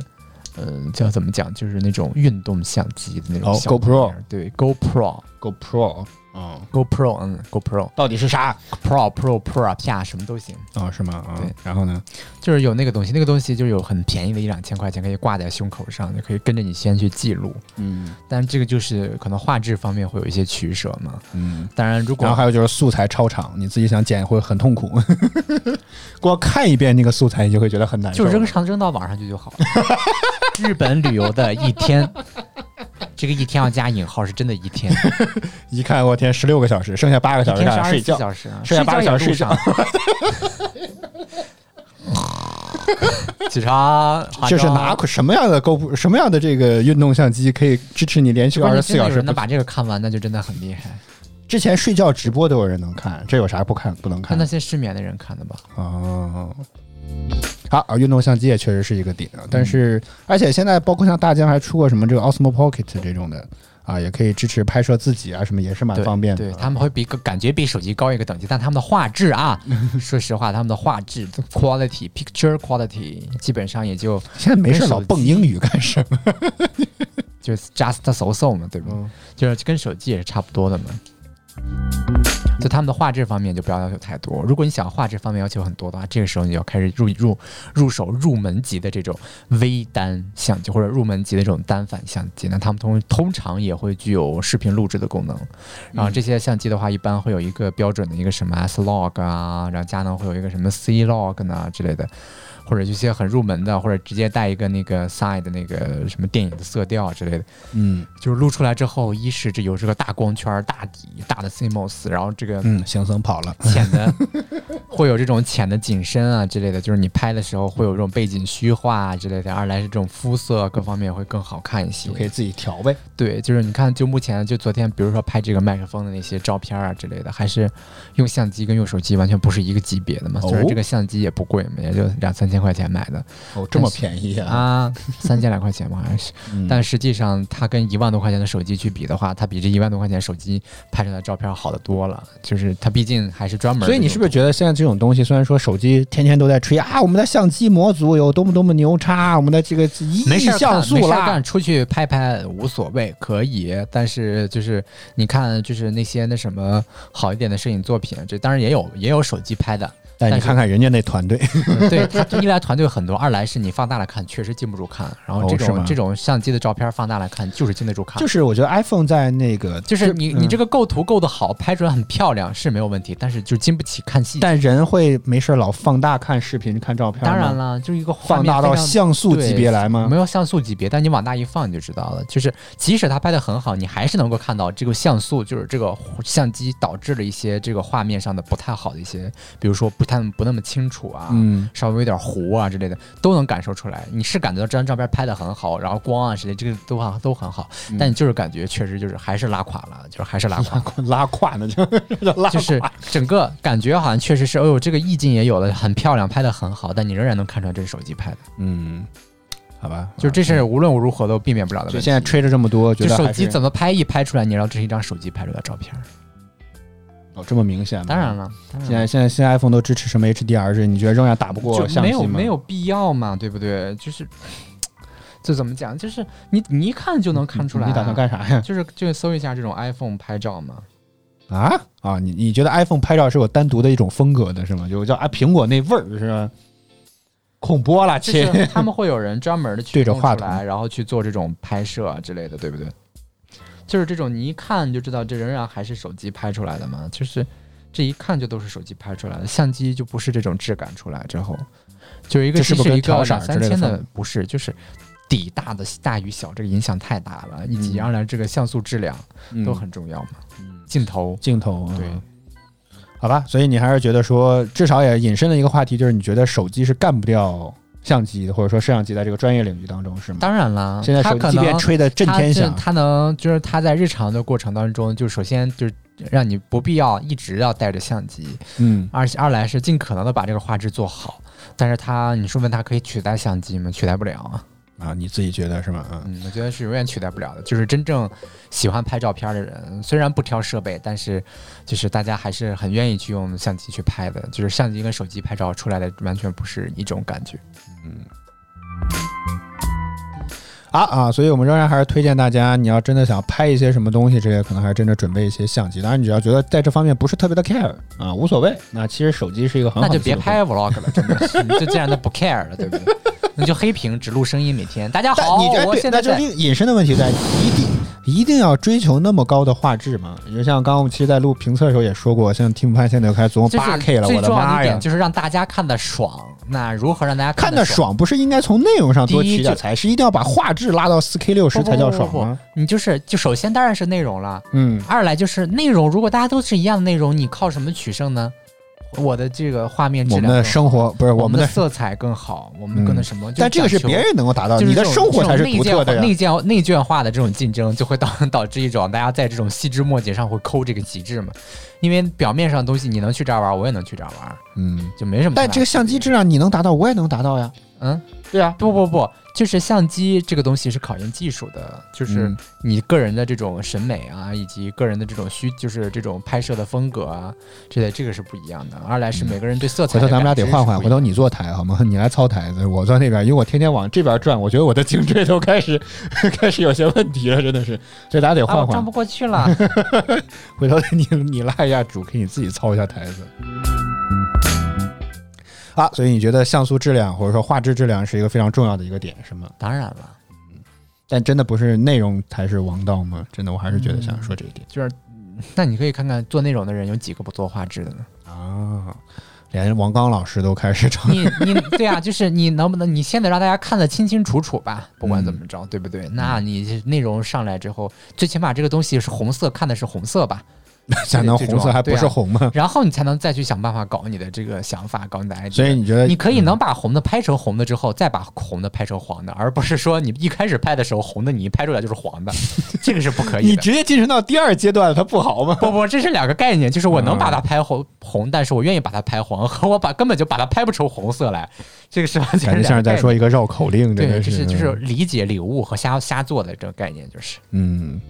C: 嗯、叫怎么讲，就是那种运动相机的那种
B: 哦
C: 小玩意儿、对 GoPro
B: ，GoPro，嗯，
C: GoPro 嗯 GoPro
B: 到底是啥
C: Pro Pro Pro 啪什么都行，
B: 啊？是吗？啊
C: 对，
B: 然后呢？
C: 就是有那个东西，那个东西就是有很便宜的一两千块钱可以挂在胸口上，就可以跟着你先去记录。
B: 嗯
C: 但这个就是可能画质方面会有一些取舍嘛。
B: 嗯，
C: 当然，如果
B: 然后还有就是素材超长，你自己想剪会很痛苦， [LAUGHS] 光看一遍那个素材你就会觉得很难受
C: 就。扔上扔到网上去就好了。日本旅游的一天，这个一天要加引号，是真的
B: [LAUGHS]
C: 一天，一
B: 一看我天，十六个小时，剩下八个小时
C: 天是
B: 干啥
C: 二
B: 睡
C: 十四
B: 觉。
C: 小时啊，
B: 剩下八个小时
C: 睡觉也路
B: [LAUGHS]
C: 上。起床，化妆
B: 就是拿什么样的 Go 什么样的这个运动相机可以支持你连续
C: 如果
B: 二
C: 你
B: 十四
C: 真的
B: 小
C: 有
B: 时
C: 人
B: 不嗯
C: 能把这个看完，那就真的很厉害。
B: 之前睡觉直播都有人能看，这有啥不看不能
C: 那
B: 看
C: 那
B: 的？
C: 些失眠的人看的吧？
B: 哦，好、啊，运动相机也确实是一个点，但
C: 嗯
B: 是而且现在包括像大疆还出过什么这个 Osmo Pocket 这种的啊，也可以支持拍摄自己啊，什么也是蛮
C: 对，
B: 方便的。
C: 对，他们会比个感觉比手机高一个等级，但他们的画质
B: [LAUGHS]
C: 啊，说实话，他们的画质 quality picture quality 基本上也就
B: 现在没事
C: 跟手
B: 老蹦英语干什么？
C: 就是 just so so 嘛，对吧？
B: 嗯
C: 就是跟手机也是差不多的嘛。就他们的画质方面就不要要求太多。如果你想画质方面要求很多的话，这个时候你就要开始入入入手入门级的这种微单相机或者入门级的这种单反相机。那他们通通常也会具有视频录制的功能。然后这些相机的话，一般会有一个标准的一个什么 S log 啊，然后佳能会有一个什么 C log 呢之类的，或者一些很入门的，或者直接带一个那个 side 的那个什么电影的色调之类的。
B: 嗯
C: 就是录出来之后，一是这有这个大光圈、大底、大的 CMOS，然后这个
B: 嗯，行僧跑了。
C: 浅的会有这种浅的景深啊之类的，就是你拍的时候会有这种背景虚化啊之类的。二来是这种肤色各方面会更好看一
B: [LAUGHS]
C: 些
B: 就。可以自己调呗，
C: 对，就是你看，就目前就昨天，比如说拍这个麦克风的那些照片啊之类的，还是用相机跟用手机完全不是一个级别的嘛。
B: 哦
C: 虽然这个相机也不贵嘛，也就两三千
D: 千块钱买的
B: 哦，这么便宜啊！
D: 啊，三千来块钱嘛，好像是。
B: [LAUGHS] 嗯
D: 但实际上，它跟一万多块钱的手机去比的话，它比这一万多块钱手机拍出来的照片好得多了。就是它毕竟还是专门。
B: 所以你是不是觉得现在这种东西，虽然说手机天天都在吹啊，我们的相机模组有多么多么牛叉，我们的这个一
D: 没
B: 亿
D: 事儿
B: 像
D: 干，没
B: 素
D: 事儿
B: 啦
D: 干，，出去拍拍无所谓，可以。但是就是你看，就是那些那什么好一点的摄影作品，这当然也有也有手机拍的。
B: 但哎你
D: 但是
B: 看看人家那
D: [LAUGHS]
B: 团队，
D: 嗯对它一来团队很多，二来是你放大来看确实禁不住看。然后这
B: 哦是
D: 种、
B: 吗
D: 这种相机的照片放大来看就是禁得住看。
B: 就是我觉得 iPhone 在那个，
D: 就是你你这
B: 个，
D: 个构图构得好，拍出来很漂亮是没有问题，但是就经不起看细节。
B: 但人会没事儿老放大看视频、看照片吗，
D: 当然了，就是一个画
B: 嗯放
D: 面
B: 大到
D: 非常
B: 像素级
D: 对
B: 别来吗
D: 没？有像素级别，但你往大一放你就知道了。就是即使它拍的很好，你还是能够看到这个像素，就是这个相机导致了一些这个画面上的不太好的一些，比如说不太不那么清楚啊，
B: 嗯，
D: 稍微有点糊啊之类的，都能感受出来。你是感觉到这张照片拍的很好，然后光啊之类，这个都很都很好，
B: 嗯
D: 但你就是感觉确实就是还是拉垮了，就是还是
B: [LAUGHS]
D: 拉垮了。
B: 拉胯呢，就 [LAUGHS] 就
D: [LAUGHS]
B: 拉
D: 就是整个感觉好像确实是，哦呦，这个意境也有了，很漂亮，拍的很好，但你仍然能看出来这是手机拍的，
B: 嗯，好吧，
D: 就这是无论如何都避免不了的问
B: 就
D: 题。
B: 现在吹着这么多，觉
D: 就
B: 得
D: 手
B: 还
D: 机
B: 是
D: 怎么拍一拍出来，你知道这是一张手机拍出来的照片儿。
B: 哦这么明显吗？
D: 当然了，当然
B: 现
D: 了
B: 在现在现在 iPhone 都支持什么 HDR 这，你觉得仍然打不过
D: 就
B: 相
D: 没
B: 机吗？
D: 有没有必要嘛，对不对？就是这怎么讲？就是你你一看就能看出来、啊
B: 你打算？干啥呀？
D: 就是就搜一下这种 iPhone 拍照嘛。
B: 啊啊！你你觉得 iPhone 拍照是有单独的一种风格的是吗？就叫啊苹果那味儿是吧？恐怖啊啦，
D: 就
B: 亲！ [LAUGHS]
D: 是他们会有人专门的去
B: 对着
D: 弄出
B: 话筒
D: 来，然后去做这种拍摄啊之类的，对不对？就是这种你一看就知道，这仍然还是手机拍出来的嘛。就是这一看就都是手机拍出来的，相机就不是这种质感出来之后，就是一个
B: 这是
D: 机
B: 不是
D: 是一
B: 跟调
D: 个
B: 色
D: 两
B: 之
D: 三
B: 类的
D: 千
B: 分
D: 的，不是就是。底大的大与小，这个影响太大了，以及
B: 嗯
D: 当然这个像素质量
B: 嗯
D: 都很重要嘛。镜头，
B: 镜头啊
D: 对，
B: 好吧。所以你还是觉得说，至少也引申了一个话题，就是你觉得手机是干不掉相机的，或者说摄像机在这个专业领域当中是吗？
D: 当然啦，
B: 现在
D: 它
B: 手
D: 可
B: 机即便
D: 能
B: 吹的震
D: 他
B: 天
D: 这
B: 响，
D: 他能就是他在日常的过程当中，就首先就是让你不必要一直要带着相机，
B: 嗯，
D: 二二来是尽可能的把这个画质做好。但是他，你说问他可以取代相机吗？取代不了啊。
B: 啊，你自己觉得是吗？嗯，
D: 嗯，我觉得是永远取代不了的。就是真正喜欢拍照片的人，虽然不挑设备，但是就是大家还是很愿意去用相机去拍的。就是相机跟手机拍照出来的完全不是一种感觉。
B: 啊啊，所以我们仍然还是推荐大家，你要真的想拍一些什么东西之类，可能还真的准备一些相机。当然，你只要觉得在这方面不是特别的 care 啊，无所谓。那其实手机是一个很好
D: 那
B: 的，
D: 就别。拍 vlog 了，真的是，你就这样的不 care 了，对不对？你就黑屏只录声音，每天大家
B: 但
D: 好，
B: 你这
D: 我
B: 对，
D: 现
B: 那
D: 在
B: 就
D: 在
B: 另引申的问题在一定一定要追求那么高的画质嘛？你就像刚刚我们其实，在录评测的时候也说过，像 Team 现在就开始琢磨
D: 就是
B: 八 K 了，
D: 最
B: 我的
D: 重要的
B: 妈
D: 一
B: 呀
D: 点！就是让大家看得爽。那如何让大家
B: 看
D: 得
B: 得？爽不是应该从内容上多
D: 第一
B: 取点
D: 就
B: 才是，一定要把画质拉到四 K 六十
D: 不不
B: 才叫
D: 不不
B: 爽
D: 不
B: 吗？
D: 你就是就首先当然是内容了，
B: 嗯，
D: 二来就是内容，如果大家都是一样的内容，你靠什么取胜呢？我的这个画面质
B: 我
D: 量
B: 们
D: 更好，
B: 的生活不是
D: 我
B: 我们
D: 的
B: 的
D: 色彩更好，我们
B: 嗯啊
D: 更那什么？就
B: 但这个是
D: 讲求
B: 别人能够达到的，
D: 就是
B: 你的
D: 这种
B: 生活才是
D: 这种
B: 独特的呀。
D: 内卷化内卷内卷化的这种竞争，就会导 [LAUGHS] 导致一种大家在这种细枝末节上会抠这个极致嘛。因为表面上的东西你能去这儿玩，我也能去这儿玩，
B: 嗯，
D: 就没什么太大区别。
B: 但这个相机质量你能达到，我也能达到呀。
D: 嗯，
B: 对啊，
D: 不不不，就是相机这个东西是考验技术的，就是
B: 嗯
D: 你个人的这种审美啊，以及个人的这种需，就是这种拍摄的风格啊，这类这个是不一样的。二来是每个人对色彩
B: 嗯回
D: 的
B: 头
D: 感知是不一样的，
B: 咱们俩得换换，回头你坐台好吗？你来操台子，我坐那边，因为我天天往这边转，我觉得我的颈椎都开始 [LAUGHS] 开始有些问题了，真的是，所以咱俩得
D: 啊，
B: 换
D: 我转
B: 换。
D: 不过去了。
B: 回头你你拉一下主 K，你自己操一下台子。啊，所以你觉得像素质量或者说画质质量是一个非常重要的一个点，是吗？
D: [LAUGHS] 当然了，
B: 但真的不是内容才是王道吗？真的，我还是觉得想说这一点。
D: 就是那你可以看看做内容的人有几个不做画质
C: [LAUGHS]
D: 的呢？
B: 啊，连王刚老师都开始唱。
D: 你你对啊，就是你能不能你先得让大家看得清清楚楚吧，不
B: 嗯
D: 管怎么着，对不对？那你内容上来之后，最起码这个东西是红色，看的是红色吧。
B: [LAUGHS] 想到红色还不
C: 对
B: 是
C: 啊
B: 红吗？
C: 然后你才能再去想办法搞你的这个想法，搞你的 idea。
B: 所以你觉得
C: 你可以能把红的拍成红的之后，再把红的拍成黄的，而不是说你一开始拍的时候红的你一拍出来就是黄的，这个是不可以
B: 你
C: 的。
B: 直接晋升到第二阶段，它不好吗？
C: [LAUGHS] 不不， [LAUGHS] 这是两个概念，就是我能把它拍红红，但是我愿意把它拍黄， [LAUGHS] 和我把根本就把它拍不成红色来，这个是完全
B: 感觉像
C: 两
B: 是
C: 个概
B: 在
C: 念
B: 说一个绕口令，真
C: 对，
B: 的
C: 这是嗯
B: 是
C: 就是理解礼物和瞎瞎做的这个概念，就是
B: 嗯。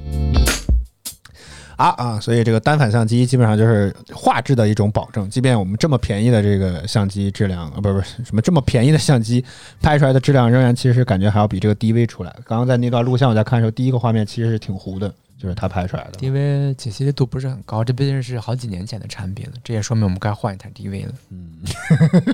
B: 啊啊！所以这个单反相机基本上就是画质的一种保证，即便我们这么便宜的这个相机质量啊，不是不是什么这么便宜的相机拍出来的质量，仍然其实感觉还要比这个 DV 出来。刚刚在那段录像我在看的时候，第一个画面其实是挺糊的，就是他拍出来的。
C: 因为呃解析度不是很高，这毕竟是好几年前的产品了，这也说明我们该换一台 DV 了。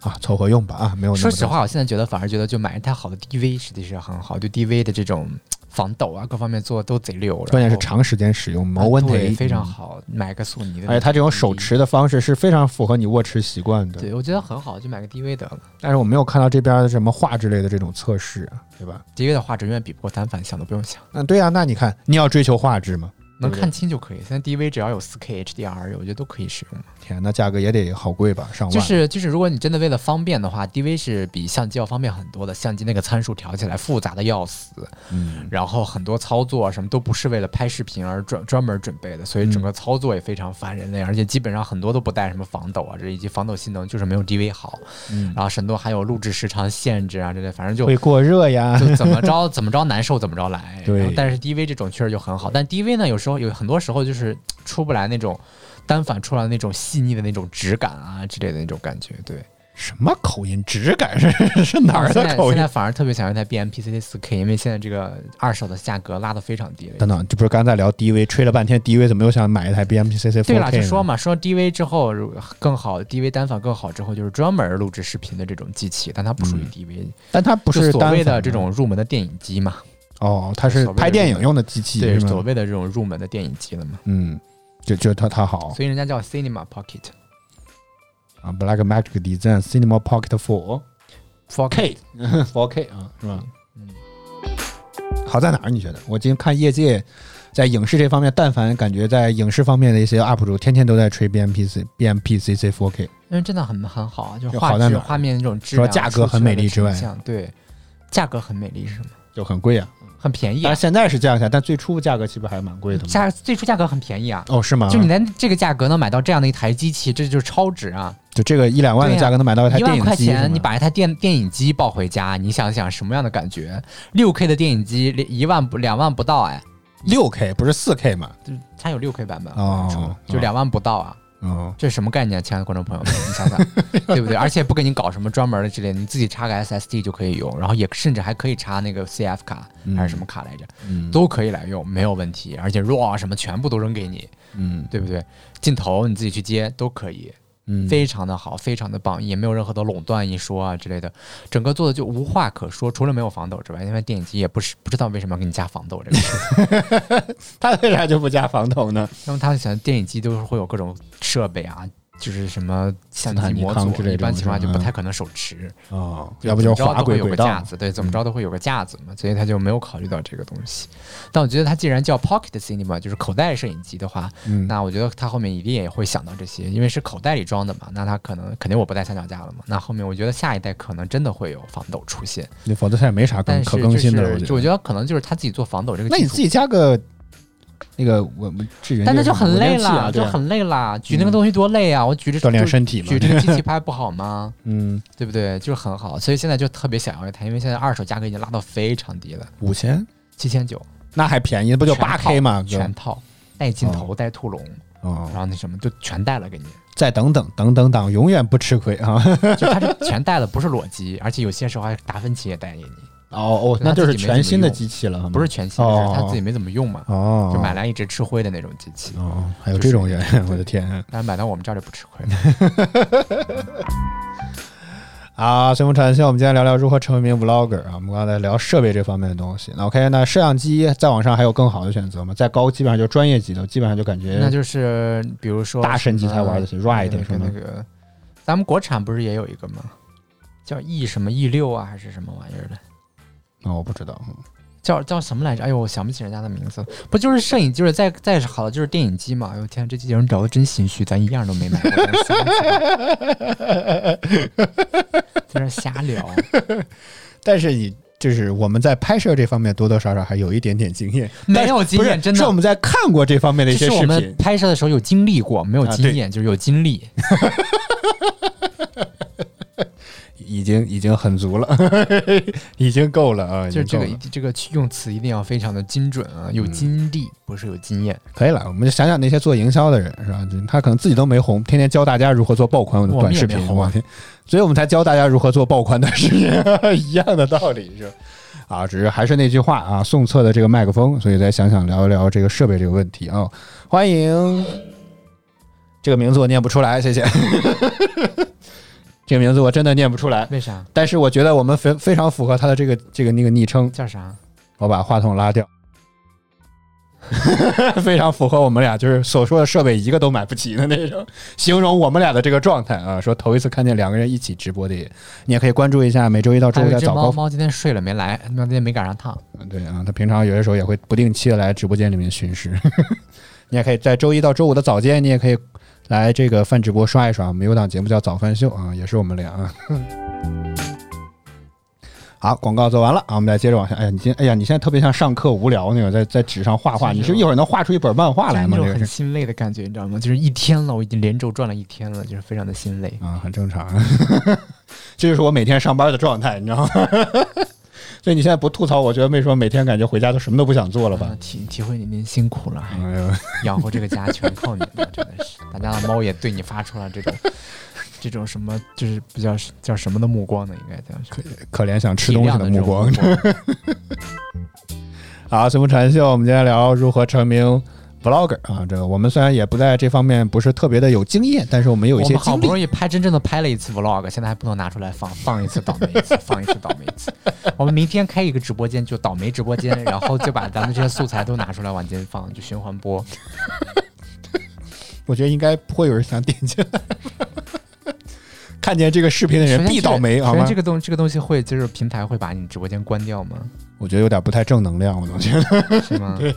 B: 啊，凑合用吧啊，没有那么
C: 说实
B: 多，
C: 话，我现在觉得反而觉得就买一台好的 DV 实际是很好，就 DV 的这种防抖啊各方面做的都贼溜，然后
B: 关键是长时间使用，
C: 啊
B: 毛问
C: 对
B: 题
C: 非常。好，买个索尼的，
B: 而且它这种手。持的方式是非常符合你握持习惯的，
C: 对，我觉得很好，就买个 DV 得了。
B: 但是我没有看到这边的什么画质类的这种测试啊，对吧？
C: DV 的画质永远比不过单反，想都不用想，
B: 嗯，对啊，那你看，你要追求画质吗？
C: 能看清就可以。现在 DV 只要有 4K HDR，我觉得都可以使用。
B: 天，那价格也得好贵吧，上万。
C: 就是就是，如果你真的为了方便的话，DV 是比相机要方便很多的。相机那个参数调起来复杂的要死，
B: 嗯，
C: 然后很多操作啊什么都不是为了拍视频而专专门准备的，所以整个操作也非常烦人类，而且基本上很多都不带什么防抖啊，这以及防抖性能就是没有 DV 好。
B: 嗯
C: 然后很多还有录制时长限制啊之类，反正就
B: 会过热呀。
C: 就怎
B: [LAUGHS]
C: 么着怎么着难受怎么着来。
B: 对
C: 然后但是 DV 这种确实就很好，但 DV 呢，有时候有很多时候就是出不来那种单反出来的那种细腻的那种质感啊之类的那种感觉。对，
B: 什么口音？质感 [LAUGHS] 是是哪儿
C: 现
B: 的
C: 在
B: 哎口
C: 现
B: 音
C: 在？反而特别想要一台 BMPCC 四 K，因为现在这个二手的价格拉得非常低了。
B: 等等，这不是刚才聊 DV 吹了半天 DV，怎么又想买一台 BMPCC
C: 对了，
B: 4K？
C: 就说
B: 呢
C: 嘛，说 DV 之后如更好，DV 单反更好之后，就是专门录制视频的这种机器，但它
B: 嗯
C: 不属于 DV，、
B: 但它不
C: 嗯就是所
B: 单反
C: 谓的
B: 吗
C: 这种入门的电影机嘛，
B: 哦，它是
C: 所谓的
B: 拍电影用的机器
C: 对，
B: 是
C: 所
B: 吗？
C: 谓的这种入门的电影机了嘛，
B: 嗯，就就它它好
C: 所以人家叫 Cinema Pocket
B: 啊，Black Magic Design Cinema Pocket Four [LAUGHS]
C: 4K，
B: 4K 啊，是吧？
C: 嗯，
B: 好在哪儿？你觉得？我今天看业界在影视这方面，但凡感觉在影视方面的一些 UP 主，天天都在吹 BMPC、BMPCC 4K。
C: 因为真的很很好啊，就
B: 就
C: 画
B: 好在
C: 质、
B: 哪儿
C: 画面那种质量，
B: 除了价格很美丽之外
C: 出来的成像对，价格很美丽是什么？
B: 就很贵啊，
C: 很便宜、
B: 但
C: 啊，
B: 是现在是降下，但最初价格其实还蛮贵的嘛。
C: 价最初价格很便宜啊，
B: 哦，是吗？
C: 就你连这个价格能买到这样的一台机器，这就是超值啊！
B: 就这个一两万的
C: 对呀啊
B: 价格能买到一台
C: 一
B: 电
C: 万
B: 影
C: 块
B: 机是吗，
C: 钱你把一台电电影机抱回家，你想想什么样的感觉？六 K 的电影机连一万不两万不到哎，
B: 六 K 不是四 K 嘛？
C: 就是它有六 K 版本
B: 哦
C: 就两万不到啊。
B: 哦，
C: 这是什么概念，亲爱的观众朋友们，你想 [LAUGHS] 想，对不对？而且不给你搞什么专门的之类的，你自己插个 SSD 就可以用，然后也甚至还可以插那个 CF 卡还是什么卡来着，
B: 嗯
C: 都可以来用，没有问题。而且 RAW 啊什么全部都扔给你，
B: 嗯
C: 对不对？镜头你自己去接都可以，
B: 嗯， [LAUGHS]
C: 非常的好，非常的棒，也没有任何的垄断一说啊之类的，整个做的就无话可说，除了没有防抖之外，因为电影机也不是不知道为什么要给你加防抖这个，
B: 他为啥就不加防抖呢？
C: 因为他想电影机都是会有各种设备啊。就是什么相
B: 斯坦
C: 机
B: 尼
C: 模
B: 康
C: 组
B: 之类，
C: 一嗯
B: 这
C: 般
B: 种
C: 情况下
B: 是
C: 就
B: 吧
C: 不太可能手持，
B: 哦，要不就是
C: 怎么
B: 滑
C: 着都会
B: 轨
C: 有
B: 轨
C: 个
B: 道
C: 架。子，对，怎么着都会有个架子嘛，所以他就没有考虑到这个东西。但我觉得他既然叫 pocket cinema，就是口袋摄影机的话，
B: 嗯，
C: 啊那我觉得他后面一定也会想到这些，因为是口袋里装的嘛，那他可能肯定我不带三脚架了嘛，那后面我觉得下一代可能真的会有防抖出现，
B: 你否则现在没啥更
C: 但是
B: 可
C: 就
B: 更新的了，
C: 是就我
B: 觉得。
C: 觉得可能就是他自己做防抖这个，
B: 那你自。己加个那个我们智源，
C: 但那就很
B: 文
C: 累
B: 件器啊
C: 了，
B: 对
C: 就
B: 啊
C: 很累了。举那个东西多累啊！我举着
B: 锻炼身体嘛
C: 举。 [LAUGHS] 这个机器拍不好吗？
B: 嗯，
C: 对不对？就是很好，所以现在就特别想要一台，因为现在二手价格已经拉到非常低了，
B: 五千
C: 七千九。
B: 那还便宜，不就
C: 全
B: 八
C: 套
B: K 嘛？哥
C: 全套带镜头、带兔笼，
B: 哦
C: 然，后那什么就全带了给你，
B: 再等等等等等，永远不吃亏啊！
C: 就它这全带了，不是裸机，而且有些时候还达芬奇也带给你，
B: 哦哦，那
C: [LAUGHS] 那
B: 就
C: 就是是
B: 全
C: 全
B: 新
C: 新
B: 的
C: 的
B: 机
C: 机
B: 器了，
C: 不是全新，
B: 哦
C: 的，是他自己没怎么用嘛，
B: 哦，
C: 就买来一直吃灰的那种机器。
B: 哦，还有这种人， [LAUGHS] 我的天
C: 但是买到我们这儿就不吃亏，
B: 啊！随风传讯，我们今天聊聊如何成为一名 vlogger 啊。我们刚才聊设备这方面的东西，那 OK，那摄像机再往上还有更好的选择吗？再高基本上就专业级的，基本上就感觉
C: 那就是比如说
B: 大神级
C: 什么
B: 才玩得起，Ride 什
C: 跟
B: 么
C: 那个，咱们国产不是也有一个吗？叫 E 什么 E 六啊，还是什么玩意儿的？
B: 哦那我不知道，嗯
C: 叫叫什么来着？哎呦，我想不起人家的名字。不就是摄影，就是再再好了，就是电影机嘛。哎呦天，这几个人找的真心虚，咱一样都没买过。真是在这瞎聊，
B: 但是你就是我们在拍摄这方面多多少少还有一点点经验，
C: 没
B: 但是
C: 有经验
B: 不是
C: 真的
B: 是我们在看过这方面的一
C: 这
B: 些
C: 是我
B: 视
C: 们
B: 频，
C: 拍摄的时候有经历过，没有
B: 啊
C: 经验、就是有经历。
B: 已经已经很足了， [LAUGHS] 已经够了啊，
C: 就是这个
B: 已经够了
C: 这个用词一定要非常的精准
B: 嗯
C: 啊，有经历、不是有经验。
B: 可以了。我们就想想那些做营销的人是吧？就他可能自己都没红，天天教大家如何做爆款的
C: 我们
B: 短
C: 也
B: 视
C: 没
B: 频，
C: 红啊
B: 我天所以我们才教大家如何做爆款短视频， [LAUGHS] 一样的道理是吧。啊，只是还是那句话啊，宋策的这个麦克风，所以再想想聊一聊这个设备这个问题啊。欢迎，这个名字我念不出来，谢 [LAUGHS] 谢。这个名字我真的念不出来，
C: 为啥？
B: 但是我觉得我们非非常符合他的这个这个那个昵称。
C: 叫啥？
B: 我把话筒拉掉， [LAUGHS] 非常符合我们俩就是所说的设备一个都买不起的那种，形容我们俩的这个状态啊。说头一次看见两个人一起直播的，你也可以关注一下，每周一到周
C: 还
B: 五
C: 有
B: 在
C: 一只
B: 早高
C: 哎猫，
B: 峰。
C: 猫今天睡了没来，猫今天没赶上趟。
B: 对啊，他平常有些时候也会不定期的来直播间里面巡视。 [LAUGHS] 你也可以在周一到周五的早间，你也可以来这个饭直播刷一刷。我们有档节目叫《早饭秀》啊，也是我们俩 [LAUGHS] 啊。好，广告做完了啊，我们再接着往下。哎呀，你今哎呀，你现在特别像上课无聊那个，在在纸上画画，你是不是一会儿能画出一本漫画啊来
C: 那
B: 吗？
C: 种
B: 这个
C: 很
B: 是
C: 心累的感觉，你知道吗？就是一天了，我已经连轴转了一天了，就是非常的心累。
B: 啊，很正常。 [LAUGHS] 这就是我每天上班的状态，你知道吗？ [LAUGHS] 所以你现在不吐槽，我觉得为什么每天感觉回家都什么都不想做了吧
C: 啊？体体会你您辛苦了，
B: 哎呦。
C: 养活这个家全靠你了，真的是。大家的猫也对你发出了这种 [LAUGHS] 这种什么，就是比较叫什么的目光呢？应该叫是
B: 可怜想吃
C: 体
B: 东西
C: 谅
B: 的
C: 这
B: 目
C: 种
B: 光
C: 目。光
B: [LAUGHS] 好，随风传秀，我们今天聊如何成名 vlogger 啊。这个我们虽然也不在这方面不是特别的有经验，但是我们有一
C: 我
B: 些
C: 们好
B: 经
C: 不
B: 历。
C: 容易拍真正的拍了一次 vlog，现在还不能拿出来放，放一次倒霉一次，放一次倒霉一
B: [LAUGHS]
C: 次。我们明天开一个直播间，就倒霉直播间，然后就把咱们这些素材都拿出来往前放，就循环播。
B: 我觉得应该不会有人想点进来。 [LAUGHS] 看见这个视频的
C: 首
B: 人
C: 先
B: 必
C: 这个
B: 倒霉，好
C: 首先
B: 吗
C: 这？个东这个东西会就是平台会把你直播间关掉吗？
B: 我觉得有点不太正能量，我总觉得。
C: 是吗？
B: [LAUGHS] 对，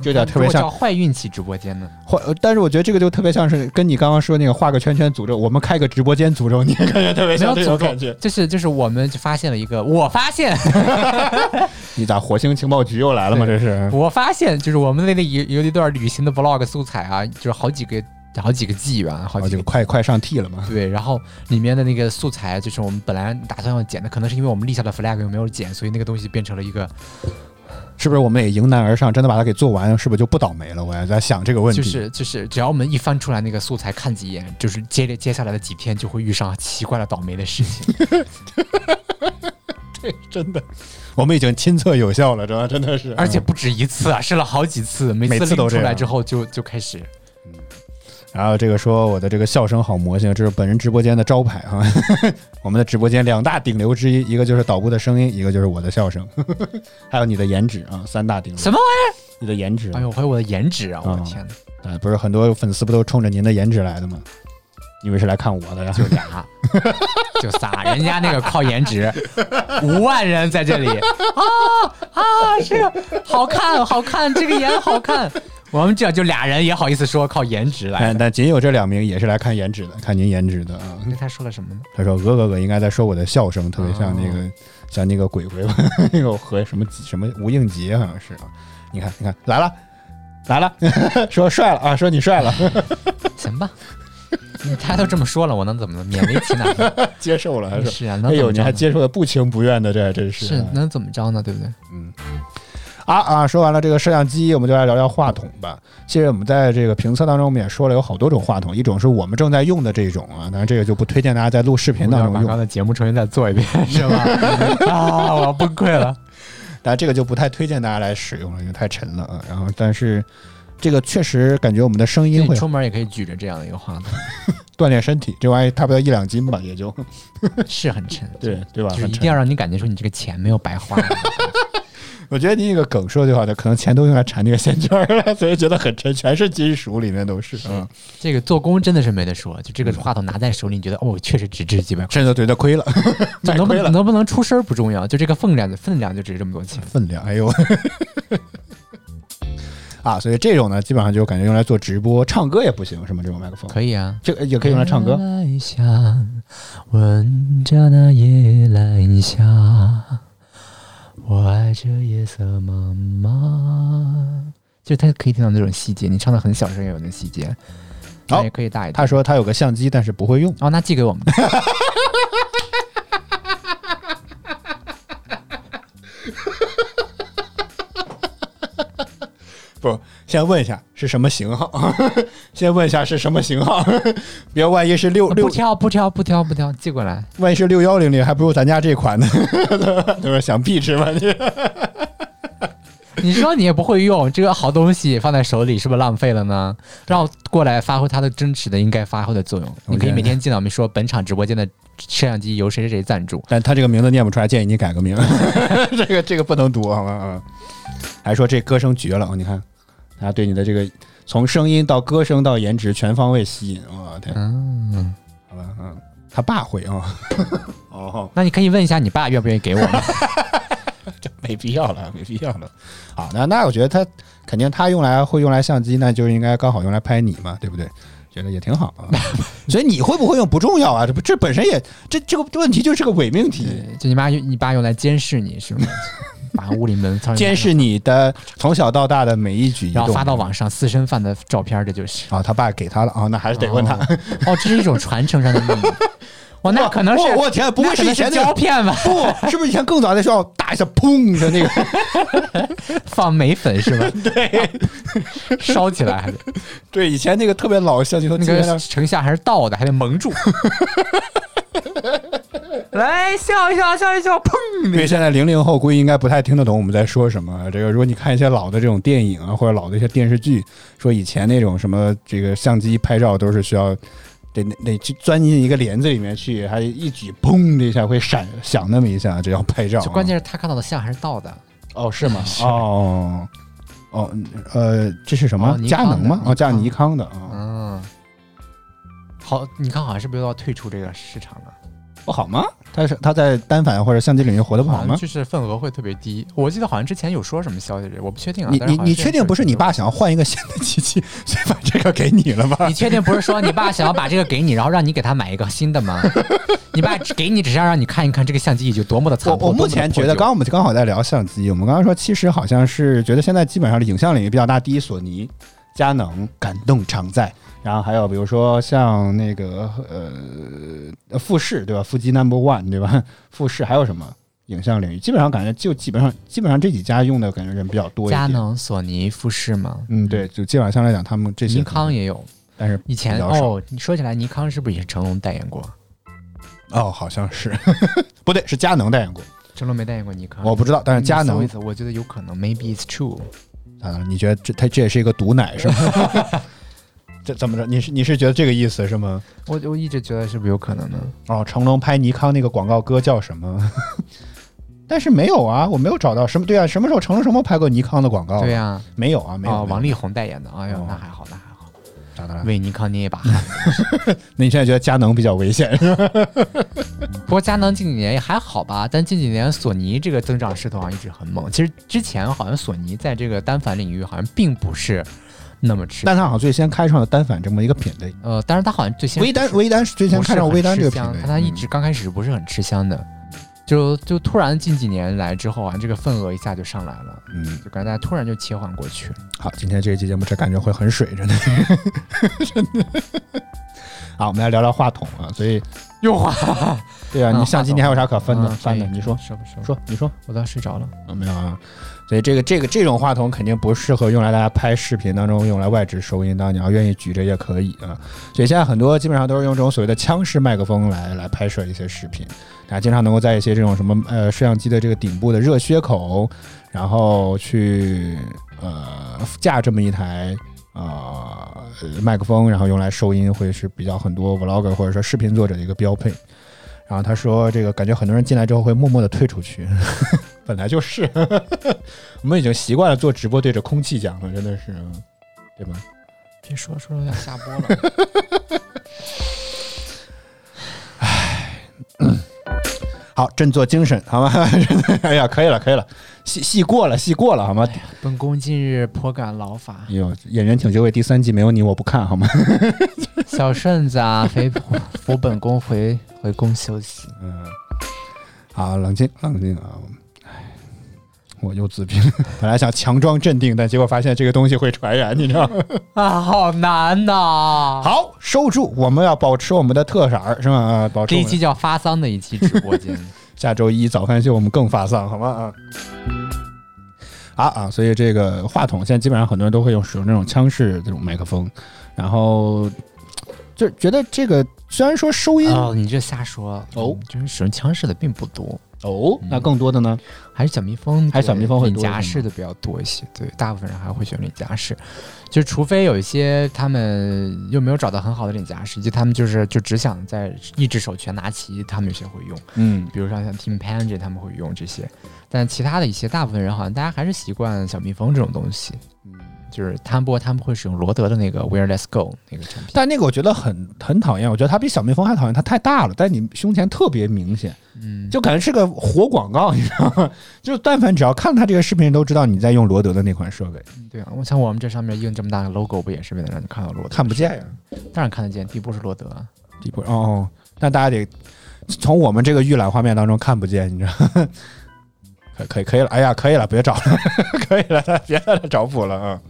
B: 就有点特别
C: 如果
B: 像
C: 叫坏运气直播间呢？
B: 或，但是我觉得这个就特别像是跟你刚刚说那个画个圈圈诅咒，我们开个直播间诅咒你， [LAUGHS] 感觉特别像
C: 没
B: 这种
C: 有诅咒
B: 感觉。
C: 就是就是我们就发现了一个，我发现 [LAUGHS]
B: 你咋火星情报局又来了吗？这是
C: 我发现就是我们那里有有一段旅行的 vlog 素材啊，就是好几个好几个 G 吧，好
B: 哦
C: 几
B: 就
C: 个。
B: 快快上 T 了吗？
C: 对，然后里面的那个素材，就是我们本来打算要剪的，可能是因为我们立下了 flag 又没有剪，所以那个东西变成了一
B: 嗯
C: 个，
B: 是不是我们也迎难而上，真的把它给做完，是不是就不倒霉了？我也在想这个问题。 [LAUGHS]
C: 就是就是，只要我们一翻出来那个素材看几眼，就是接着接下来的几天就会遇上奇怪的倒霉的事情。
B: 真的，我们已经亲测有效了，知道吧真的是。嗯
C: 而且不止一次啊，试了好几次，每
B: 每次
C: 拎
B: 都这
C: 出来
B: 样
C: 之后就就开始
B: 然后这个说我的这个笑声好魔性，这是本人直播间的招牌哈、 [LAUGHS] 我们的直播间两大顶流之一，一个就是导播的声音，一个就是我的笑声， [LAUGHS] 还有你的颜值啊，三大顶流。
C: 什么玩
B: 你的颜值，
C: 意儿？哎呦，还有我的颜值啊！我的
B: 嗯
C: 天哪，
B: 啊，不是很多粉丝不都冲着您的颜值来的吗？以为是来看我的呀？
C: 就俩， [LAUGHS] 就仨，人家那个靠颜值，五万人在这里啊啊，这个好看好看，这个颜好看。我们这就俩人也好意思说靠颜值
B: [LAUGHS]
C: 来
B: 但
C: 的。
B: 但仅有这两名也是来看颜值的，看您颜值的啊。
C: 那他说了什么呢？
B: 他说：“鹅鹅鹅，应该在说我的笑声，特别像那个、像那个鬼鬼吧， [LAUGHS] 那个和什么什么吴映洁好像是啊。你看，你看，来了，来了， [LAUGHS] 说帅了啊，说你帅了， [LAUGHS]
C: 行吧，嗯他都这么说了，我能怎么能勉为其难？
B: 接受了，还是
C: 是啊，
B: 哎
C: 能怎
B: 呦，
C: 么
B: 你
C: 着
B: 还
C: 呢？
B: 接受的不情不愿的，这还真是
C: 是
B: 啊
C: 能怎么着呢？对不对？
B: 啊啊！说完了这个摄像机，我们就来聊聊话筒吧。其实我们在这个评测当中，我们也说了有好多种话筒，一种是我们正在用的这种啊，当然这个就不推荐大家在录视频当
C: 要
B: 中
C: 把
B: 用
C: 刚，才节目重新再做一遍，是吧？ [LAUGHS] 啊，我要崩溃
B: [LAUGHS]
C: 了。
B: 但这个就不太推荐大家来使用了，因为太沉了啊。然后，但是这个确实感觉我们的声音
C: 你
B: 会
C: 出门也可以举着这样的一个话筒，
B: 锻炼身体，这玩意儿差不多一两斤吧，也
C: [LAUGHS]
B: 就是
C: 很沉，
B: 对对吧？
C: 就是
B: 很
C: 一定
B: 沉
C: 要让你感觉说你这个钱没有白花。
B: 我觉得你那个梗说的最好的，可能钱都用来缠那个线圈儿了， [LAUGHS] 所以觉得很沉，全是金属，里面都是。嗯，
C: 这个做工真的是没得说，就这个话筒拿在手里，你觉得哦，确实只值几百块。
B: 甚至都觉得亏了，[LAUGHS]
C: 就
B: 买
C: 能不
B: 亏了。
C: 能不能出声儿不重要，就这个分量分量就值这么多钱。
B: 分量，哎呦。 [LAUGHS] 啊，所以这种呢，基本上就感觉用来做直播、唱歌也不行，是吗？这种麦克风，
C: 可以啊，
B: 这个也可以用来唱歌。
C: 来香，闻着那夜来香，我爱这夜色茫茫。就是他可以听到那种细节，你唱的很小声也有那细节，
B: 好
C: 那也可以大一点。
B: 他说他有个相机，但是不会用。
C: 哦，那寄给我们。
B: 不，先问一下是什么型号， [LAUGHS] 先问一下是什么型号， [LAUGHS] 别万一是六
C: 不
B: 六，
C: 挑不挑不挑不挑，寄过来。
B: 万一是六幺零零，还不如咱家这款呢。 [LAUGHS] 他说想屁
C: [LAUGHS]
B: 吃吗？你
C: 你说你也不会用这个好东西，放在手里是不是浪费了呢？让我过来发挥它的真实的应该发挥的作用。你可以每天见到我们说本场直播间的摄像机由谁谁谁赞助。
B: 但他这个名字念不出来，建议你改个
C: [LAUGHS]
B: 名。 [LAUGHS] 这个这个不能读好吗？啊，还说这歌声绝了，你看，他对你的这个从声音到歌声到颜值全方位吸引，我天，
C: 嗯，
B: 好吧，嗯，他爸会啊， [LAUGHS] 哦，
C: 那你可以问一下你爸愿不愿意给我
B: [LAUGHS]
C: 们？
B: 没必要了，没必要了。好，那那我觉得他肯定他用来会用来相机，那就应该刚好用来拍你嘛，对不对？觉得也挺
C: [LAUGHS]
B: 好啊。所以你会不会用不重要啊，这不这本身也这这个问题就是个伪命题。
C: 就你妈用你爸用来监视
B: [LAUGHS]
C: 你是吗？把屋里门窗
B: 监视，你的从小到大的每一举一动，
C: 然后发到网上私生饭的照片，这就是。
B: 啊、他爸给他了啊、那还是得问他。
C: 哦。哦，这是一种传承上的秘密。哇，那可能是
B: 哇 [LAUGHS] 我天，不会
C: 那可
B: 是以
C: 能是
B: 前那
C: 胶
B: 个 [LAUGHS]
C: 片吧？
B: 不，是不是以前更早在学校打一下砰的那
C: [LAUGHS]
B: 个？
C: 放眉粉是吧？
B: 对
C: [LAUGHS] 烧起来还得。
B: 对，以前那个特别老的相机头，[LAUGHS]
C: 那
B: 基本
C: 个
B: 上
C: 成像还是倒的，还得蒙住。来笑一笑，笑一笑，砰！
B: 因为现在零零后估计应该不太听得懂我们在说什么。啊这个，如果你看一些老的这种电影啊，或者老的一些电视剧，说以前那种什么这个相机拍照都是需要得得得去钻进一个帘子里面去，还一举砰的一下会闪响那么一下，这叫拍照啊、
C: 就关键是他看到的像还是倒的，
B: 哦，是吗？哦哦呃，这是什么
C: 哦？尼
B: 佳
C: 康的
B: 能吗？哦，佳
C: 尼康
B: 尼康的啊，
C: 嗯。好，你看好像是不是又要退出这个市场了？
B: 不好吗？他是他在单反或者相机领域活得不好
C: 像
B: 吗？
C: 就是份额会特别低。我记得好像之前有说什么消息，我不确定啊。
B: 你
C: 但是
B: 你
C: 好像
B: 你
C: 之
B: 确
C: 前
B: 定
C: 有
B: 不是你
C: 说
B: 爸想要换一个新的机器，所以把这个给你了吧
C: 你？确定不是说你爸想要把这个给你，然后让你给他买一个新的
B: [LAUGHS]
C: 吗？你爸只给你只是要让你看一看这个相机已经多么的残
B: 我
C: 破。
B: 我目
C: 多么地
B: 前
C: 破
B: 觉得，
C: 旧
B: 刚刚我们刚好在聊相机，我们刚刚说，其实好像是觉得现在基本上的影像领域比较大，第一索尼、佳能，感动常在，然后还有比如说像那个呃富士对吧？富基 Number One 对吧？富士还有什么影像领域？基本上感觉就基本上基本上这几家用的感觉人比较多一
C: 佳
B: 点。
C: 能、索尼、富士嘛，
B: 嗯，对，就基本上相对来讲，他们这些
C: 尼康，也有。
B: 但是
C: 以前
B: 比较少
C: 哦，你说起来，尼康是不是也是成龙代言过？
B: 哦，好像是 [LAUGHS] 不对，是佳能代言过，
C: 成龙没代言过尼康，
B: 我不知道，但是佳
C: 你搜
B: 能
C: 一搜我觉得有可能，maybe it's true。
B: 啊，你觉得这它这也是一个毒奶
C: [LAUGHS]
B: 是吗？这怎么着？你是你是觉得这个意思是吗？
C: 我我一直觉得是不是有可能呢？
B: 哦，成龙拍尼康那个广告歌叫什么？ [LAUGHS] 但是没有啊，我没有找到什么。对啊，什么时候成龙什么拍过尼康的广告？
C: 对
B: 啊，
C: 呀，
B: 没有啊，没有。
C: 哦，
B: 没有
C: 王力宏代言的，哎呦
B: 哦，
C: 那还好，那还好，
B: 找到了。啊
C: 为尼康捏 [LAUGHS] 一把汗。
B: 那你现在觉得佳能比较危
C: [LAUGHS]
B: 险？
C: 不过佳能近几年也还好吧，但近几年索尼这个增长势头好像一直很猛。其实之前好像索尼在这个单反领域好像并不是那么吃，
B: 但他好像最先开创了单反这么一个品类，
C: 呃，但是他好像最先
B: 微单微单是最先
C: 不是
B: 开创
C: 很
B: 微单
C: 吃
B: 这个品
C: 香
B: 类。
C: 但它一直刚开始不是很吃香的，就就突然近几年来之后啊，这个份额一下就上来了，
B: 嗯嗯
C: 就感觉大家突然就切换过去了。
B: 好，今天这一期节目这感觉会很水，真的， [LAUGHS] 真的。 [LAUGHS] 好，我们来聊聊话筒啊。所以，
C: 又话
B: 对啊，
C: 嗯
B: 你相机
C: 话筒
B: 你还有啥嗯可翻
D: 啊
B: 的？翻的，
D: 哎
B: 你说
C: 说不说？
B: 说，你说。
C: 我都要睡着了。
B: 啊，没有啊。所以这个这个这种话筒肯定不适合用来大家拍视频当中用来外置收音，当然你要愿意举着也可以啊。所以现在很多基本上都是用这种所谓的枪式麦克风来来拍摄一些视频，大家经常能够在一些这种什么呃摄像机的这个顶部的热缺口，然后去呃架这么一台。啊、呃，麦克风，然后用来收音，会是比较很多 vlog 或者说视频作者的一个标配。然后他说，这个感觉很多人进来之后会默默的退出去，本来就是， [LAUGHS] 我们已经习惯了做直播对着空气讲了，真的是，嗯对吧？
D: 别说说有点下播 [LAUGHS] 了。
B: 好，振作精神，好吗？ [LAUGHS] 真的哎呀，可以了，可以了，戏戏过了，戏过了，好吗？
D: 本宫近日颇感劳乏，
B: 有演员请就位第三季没有你我不看，好吗？
D: [LAUGHS]
B: [LAUGHS]
D: 小顺子啊，陪扶本宫回 [LAUGHS] 回宫休息。
B: 嗯，好，冷静，冷静啊！唉，我又自闭， [LAUGHS] 本来想强装镇定，但结果发现这个东西会传染，你知道吗？
D: 啊，好难呐、
B: [LAUGHS] 好，收住，我们要保持我们的特色儿，是吗？啊，保持
D: 这
B: 我
D: 一
B: 们
D: 期叫发丧的一期直播间。
B: 下周一早饭秀我们更发丧，好吗？啊。啊啊！所以这个话筒现在基本上很多人都会用使用这种枪式这种麦克风，然后就觉得这个虽然说收音
D: 哦，你这瞎说
B: 哦
D: 嗯就是使用枪式的并不多，
B: 哦，那更多的呢，
D: 还是小蜜蜂，
B: 还是小蜜蜂会
D: 领
B: 多一
D: 夹
B: 些吗
D: 式的比较多一些。对，大部分人还会选领夹式，就除非有一些他们又没有找到很好的领夹式，就他们就是就只想在一只手全拿齐，他们有些会用，
B: 嗯，
D: 比如说像 Team Panji 他们会用这些，但其他的一些大部分人好像大家还是习惯小蜜蜂这种东西。就是他们，不过他们会使用罗德的那个 Where Let's Go 那个产品。
B: 但那个我觉得很很讨厌，我觉得它比小蜜蜂还讨厌，它太大了，但你胸前特别明显，
D: 嗯，
B: 就感觉是个活广告，你知道吗？就但凡只要看它这个视频，都知道你在用罗德的那款设备，
D: 对啊，我像我们这上面印这么大的 logo，不也是为了让你看到罗德？
B: 看不见呀、
D: 当然看得见，地步是罗德啊。
B: 地步哦，但大家得从我们这个预览画面当中看不见，你知道吗？可可以可以了，哎呀，可以了，别找了， [LAUGHS] 可以了，别再找补了啊！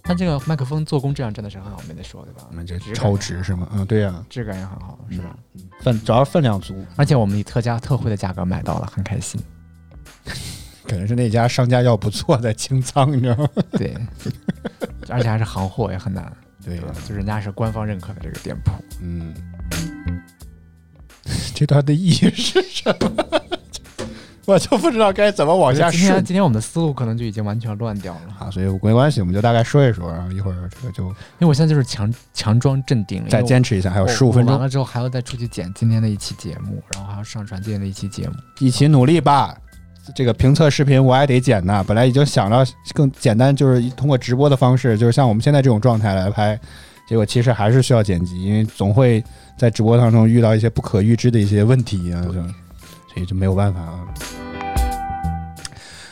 D: 但这个麦克风做工质量真的是很好，没得说，对吧
B: 我？们这超嗯值是吗？嗯，对呀、
D: 质感也很好，是吧？
B: 分主要是分量足，
D: 而且我们以特价特惠的价格买到了，很开
B: [LAUGHS]
D: 心。
B: 可能是那家商家要不错在清仓，你知道吗？
D: 对，而且还是行货，也很难，
B: 对啊
D: 对吧？就是人家是官方认可的这个店铺。
B: 嗯， [LAUGHS] 这段的意义是什么？ [LAUGHS] 我就不知道该怎么往下
D: 今天
B: 顺
D: 今天我们的思路可能就已经完全乱掉了，
B: 啊，所以没关系，我们就大概说一说，然后一会儿这个就
D: 因为我现在就是强强装镇定了，
B: 再
D: 因为
B: 坚持一下，还
D: 我。
B: 有
D: 我
B: 十五分
D: 我完
B: 钟，
D: 了之后还要再出去剪今天的一期节目，然后还要上传今天的一期节目。
B: 一起努力吧。这个评测视频我还得剪呢，本来已经想到更简单，就是通过直播的方式，就是像我们现在这种状态来拍，结果其实还是需要剪辑，因为总会在直播当中遇到一些不可预知的一些问题啊，就所以就没有办法啊。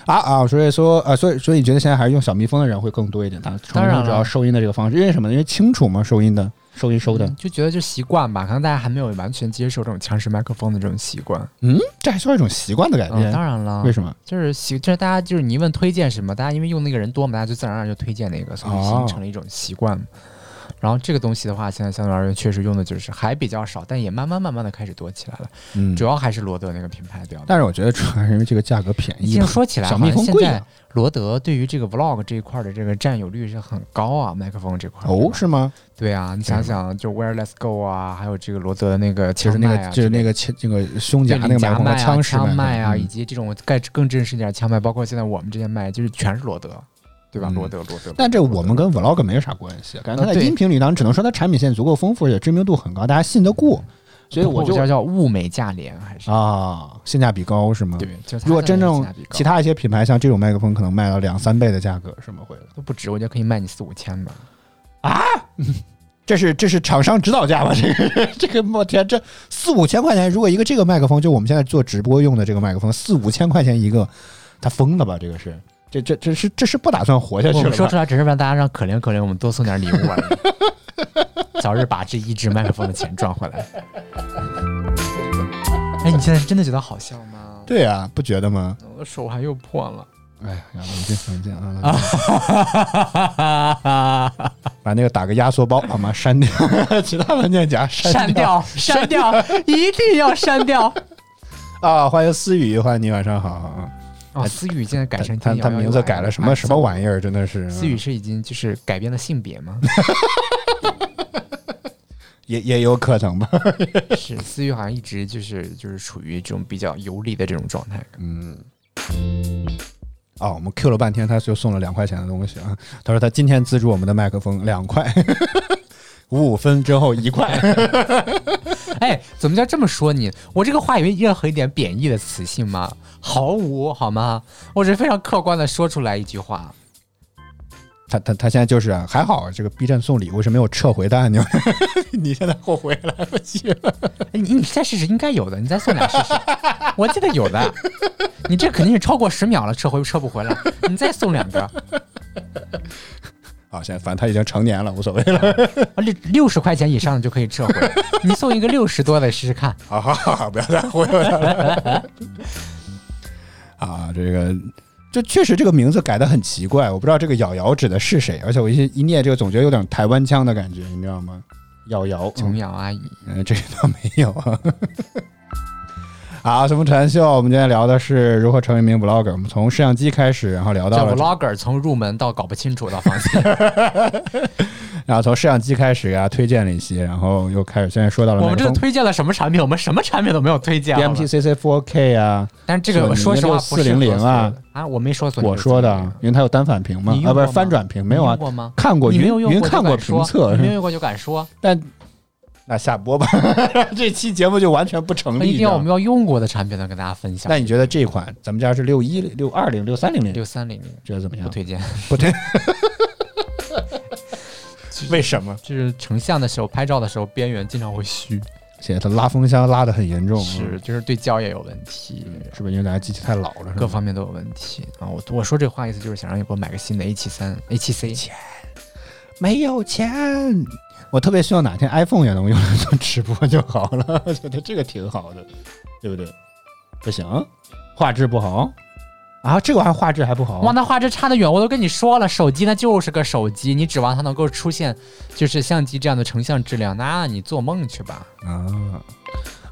B: 啊啊，所以说啊，所以所以你觉得现在还是用小蜜蜂的人会更多一点？当
D: 啊当然了
B: 主要收音的这个方式，因为什么呢？因为清楚嘛，收音的收音收的
D: 嗯，就觉得就习惯吧，可能大家还没有完全接受这种强势麦克风的这种习惯。
B: 这还算是一种习惯的改
D: 嗯，
B: 变。
D: 当然了
B: 为，什么？
D: 就是习，就是大家就是你一问推荐什么，大家因为用那个人多嘛，大家就自然而然就推荐那个，所以
B: 哦
D: 形成了一种习惯。然后这个东西的话，现在相对而言确实用的就是还比较少，但也慢慢慢慢的开始多起来了。
B: 嗯，
D: 主要还是罗德那个品牌比较。
B: 但是我觉得主要还是因为这个价格便宜
D: 这
B: 吧
D: 样。说起来，
B: 小蜜蜂
D: 好像
B: 贵
D: 现
B: 啊
D: 在罗德对于这个 vlog 这一块的这个占有率是很高啊，麦克风这
B: [LAUGHS]
D: 块
B: 哦，是吗？
D: 对啊，你想想，就 Where Let's Go 啊，还有这个罗德的那个
B: 就
D: 枪
B: 是那
D: 麦啊
B: 个，就
D: 之类的，
B: 是那个切那个胸
D: 对
B: 甲那个麦克风
D: 麦
B: 和
D: 啊、枪
B: 式麦
D: 麦
B: 克
D: 啊，
B: 风
D: 以及这种更更正式一点的枪麦，包括现在我们这些麦，就是全是罗德，对吧？
B: 嗯
D: 罗德，罗德。
B: 但这
D: 罗德
B: 我们跟 vlog 没有啥关系，感觉它
D: 啊
B: 在
D: 对
B: 音频里当中，只能说它产品线足够丰富，而且知名度很高，大家信得
D: 嗯
B: 过，所以我就
D: 叫叫物美价廉，还是
B: 啊，性价比高是吗？
D: 对，就是它
B: 如果
D: 的
B: 真
D: 那个
B: 正
D: 性价比高
B: 其他一些品牌像这种麦克风，可能卖到两三倍的价格是吗？会的，
D: 都不止，我觉得可以卖你四五千吧。
B: 这是这是厂商指导价吧？这个 [LAUGHS] 这个，我天，这四五千块钱，如果一个这个麦克风，就我们现在做直播用的这个麦克风，四五千块钱一个，他疯了吧？这个是，这这这是这是不打算活下去
D: 我
B: 了
D: 们
B: 吧？
D: 说出来只是让大家让可怜可怜我们多送点礼
C: [LAUGHS]
D: 物而已，早日把这一只麦克风的钱赚回
C: [LAUGHS]
D: 来。哎，你现在是真的觉得好笑吗？
B: 对啊，不觉得吗？
D: 我的手还又破了。
B: 哎呀，冷静冷静啊！
D: 啊哈哈哈哈！
B: 把那个打个压缩包，好吗？删掉 [LAUGHS] 其他文件夹，
D: [LAUGHS]
B: 删
D: 删掉，删掉， [LAUGHS] 一定要删掉。
B: 啊！欢迎思雨，欢迎你，晚上好啊！
D: [LAUGHS] 哦，思雨现在改成
B: 他他名字改了什么什么玩意儿？真的
D: 意
B: 是
D: 哎思雨是已经就是改变了性别
B: [LAUGHS]
D: 吗？
B: 也也有可能吧？
D: 是，思雨好像一直就是就是处于这种比较游离的这种状态。
B: 嗯。哦，我们 Q 了半天，他就送了两块钱的东西啊。他说他今天资助我们的麦 [LAUGHS] 克风两块，五五分之后一块。
D: 哎，
C: 怎么叫这么说你？我这个话有任何一点贬义的词性吗？毫无，好吗？我只是非常客观的说出来一句话。
B: [LAUGHS] 他他他现在就是啊还好，这个 B 站送礼物是没有撤回的按钮，你 [LAUGHS] 现在后悔来不及了。
C: 哎你你再试试，应该有的，你再送俩试试。我记得有的，你这肯定是超过十秒了，撤回撤不回来。你再送两个，
B: 啊，现在反正他已经成年了，无所谓了。
C: 啊六六十块钱以上的就可以撤回。 [LAUGHS] 你送一个六十多的试试看。
B: 好好好好，不要再忽悠他了。啊，这个这确实这个名字改的很奇怪，我不知道这个“咬瑶”指的是谁，而且我一一念这个总觉得有点台湾腔的感觉，你知道吗？咬瑶，
C: 琼瑶阿姨，
B: 嗯，这个倒没有 [LAUGHS] 啊。好，什么传秀？我们今天聊的是如何成为一名 vlogger。我们从摄像机开始，然后聊
C: 这
B: 到了
C: vlogger 从入门到搞不清楚到房间，
B: 然后从摄像机开始给大家推荐了一些，然后又开始现在说到了
C: [LAUGHS] 我们这
B: 麦
C: 个
B: 克风
C: 推荐了什么产品？我们什么产品都没有推荐。好吧
B: DMPCC 4K 啊，
C: 但是这个
B: 索
C: 说
B: 尼
C: 实话不是
B: 6400啊
C: 啊，我没说索尼
B: 我说的啊，因为它有单反屏嘛
C: 你，用
B: 啊，不是
C: 过吗
B: 翻转屏，
C: 6400
B: 没有
C: 你用
B: 啊，
C: 过吗？
B: 看过
C: 你没
B: 云
C: 有用
B: 云
C: 过就
B: 看过
C: 敢说
B: 评测
C: 你，没有用过就敢说，
B: 但那下播吧， [LAUGHS] 这期节目就完全不成
C: 那
B: 立。
C: 一定要我
B: 你
C: 们
B: 知道吗
C: 要用过的产品来跟大家分享
B: 那。你觉得这款咱们家是六一六二零六三零零，
C: 六三零零
B: 觉得怎么样
C: 不？推荐， [LAUGHS]
B: 不对，为什么？
C: 就是成像的时候、拍照的时候边缘经常会虚，
B: 现在它拉风箱拉的很严重，
C: 是就是对焦也有问题，
B: 是不是因为大家机器太老了？是
C: 各
B: 吧
C: 方面都有问题啊。我我说这话意思就是想让你给我买个新的 A 七三、A 七 C。
B: 没有钱，我特别希望哪天 iPhone 也能用来做直播就好了， [LAUGHS] 我觉得这个挺好的，对不对？不行，画质不好啊，这个还画质还不好，
C: 哇，那画质差得远，我都跟你说了，手机那就是个手机，你指望它能够出现就是相机这样的成像质量，那你做梦去吧！
B: 啊，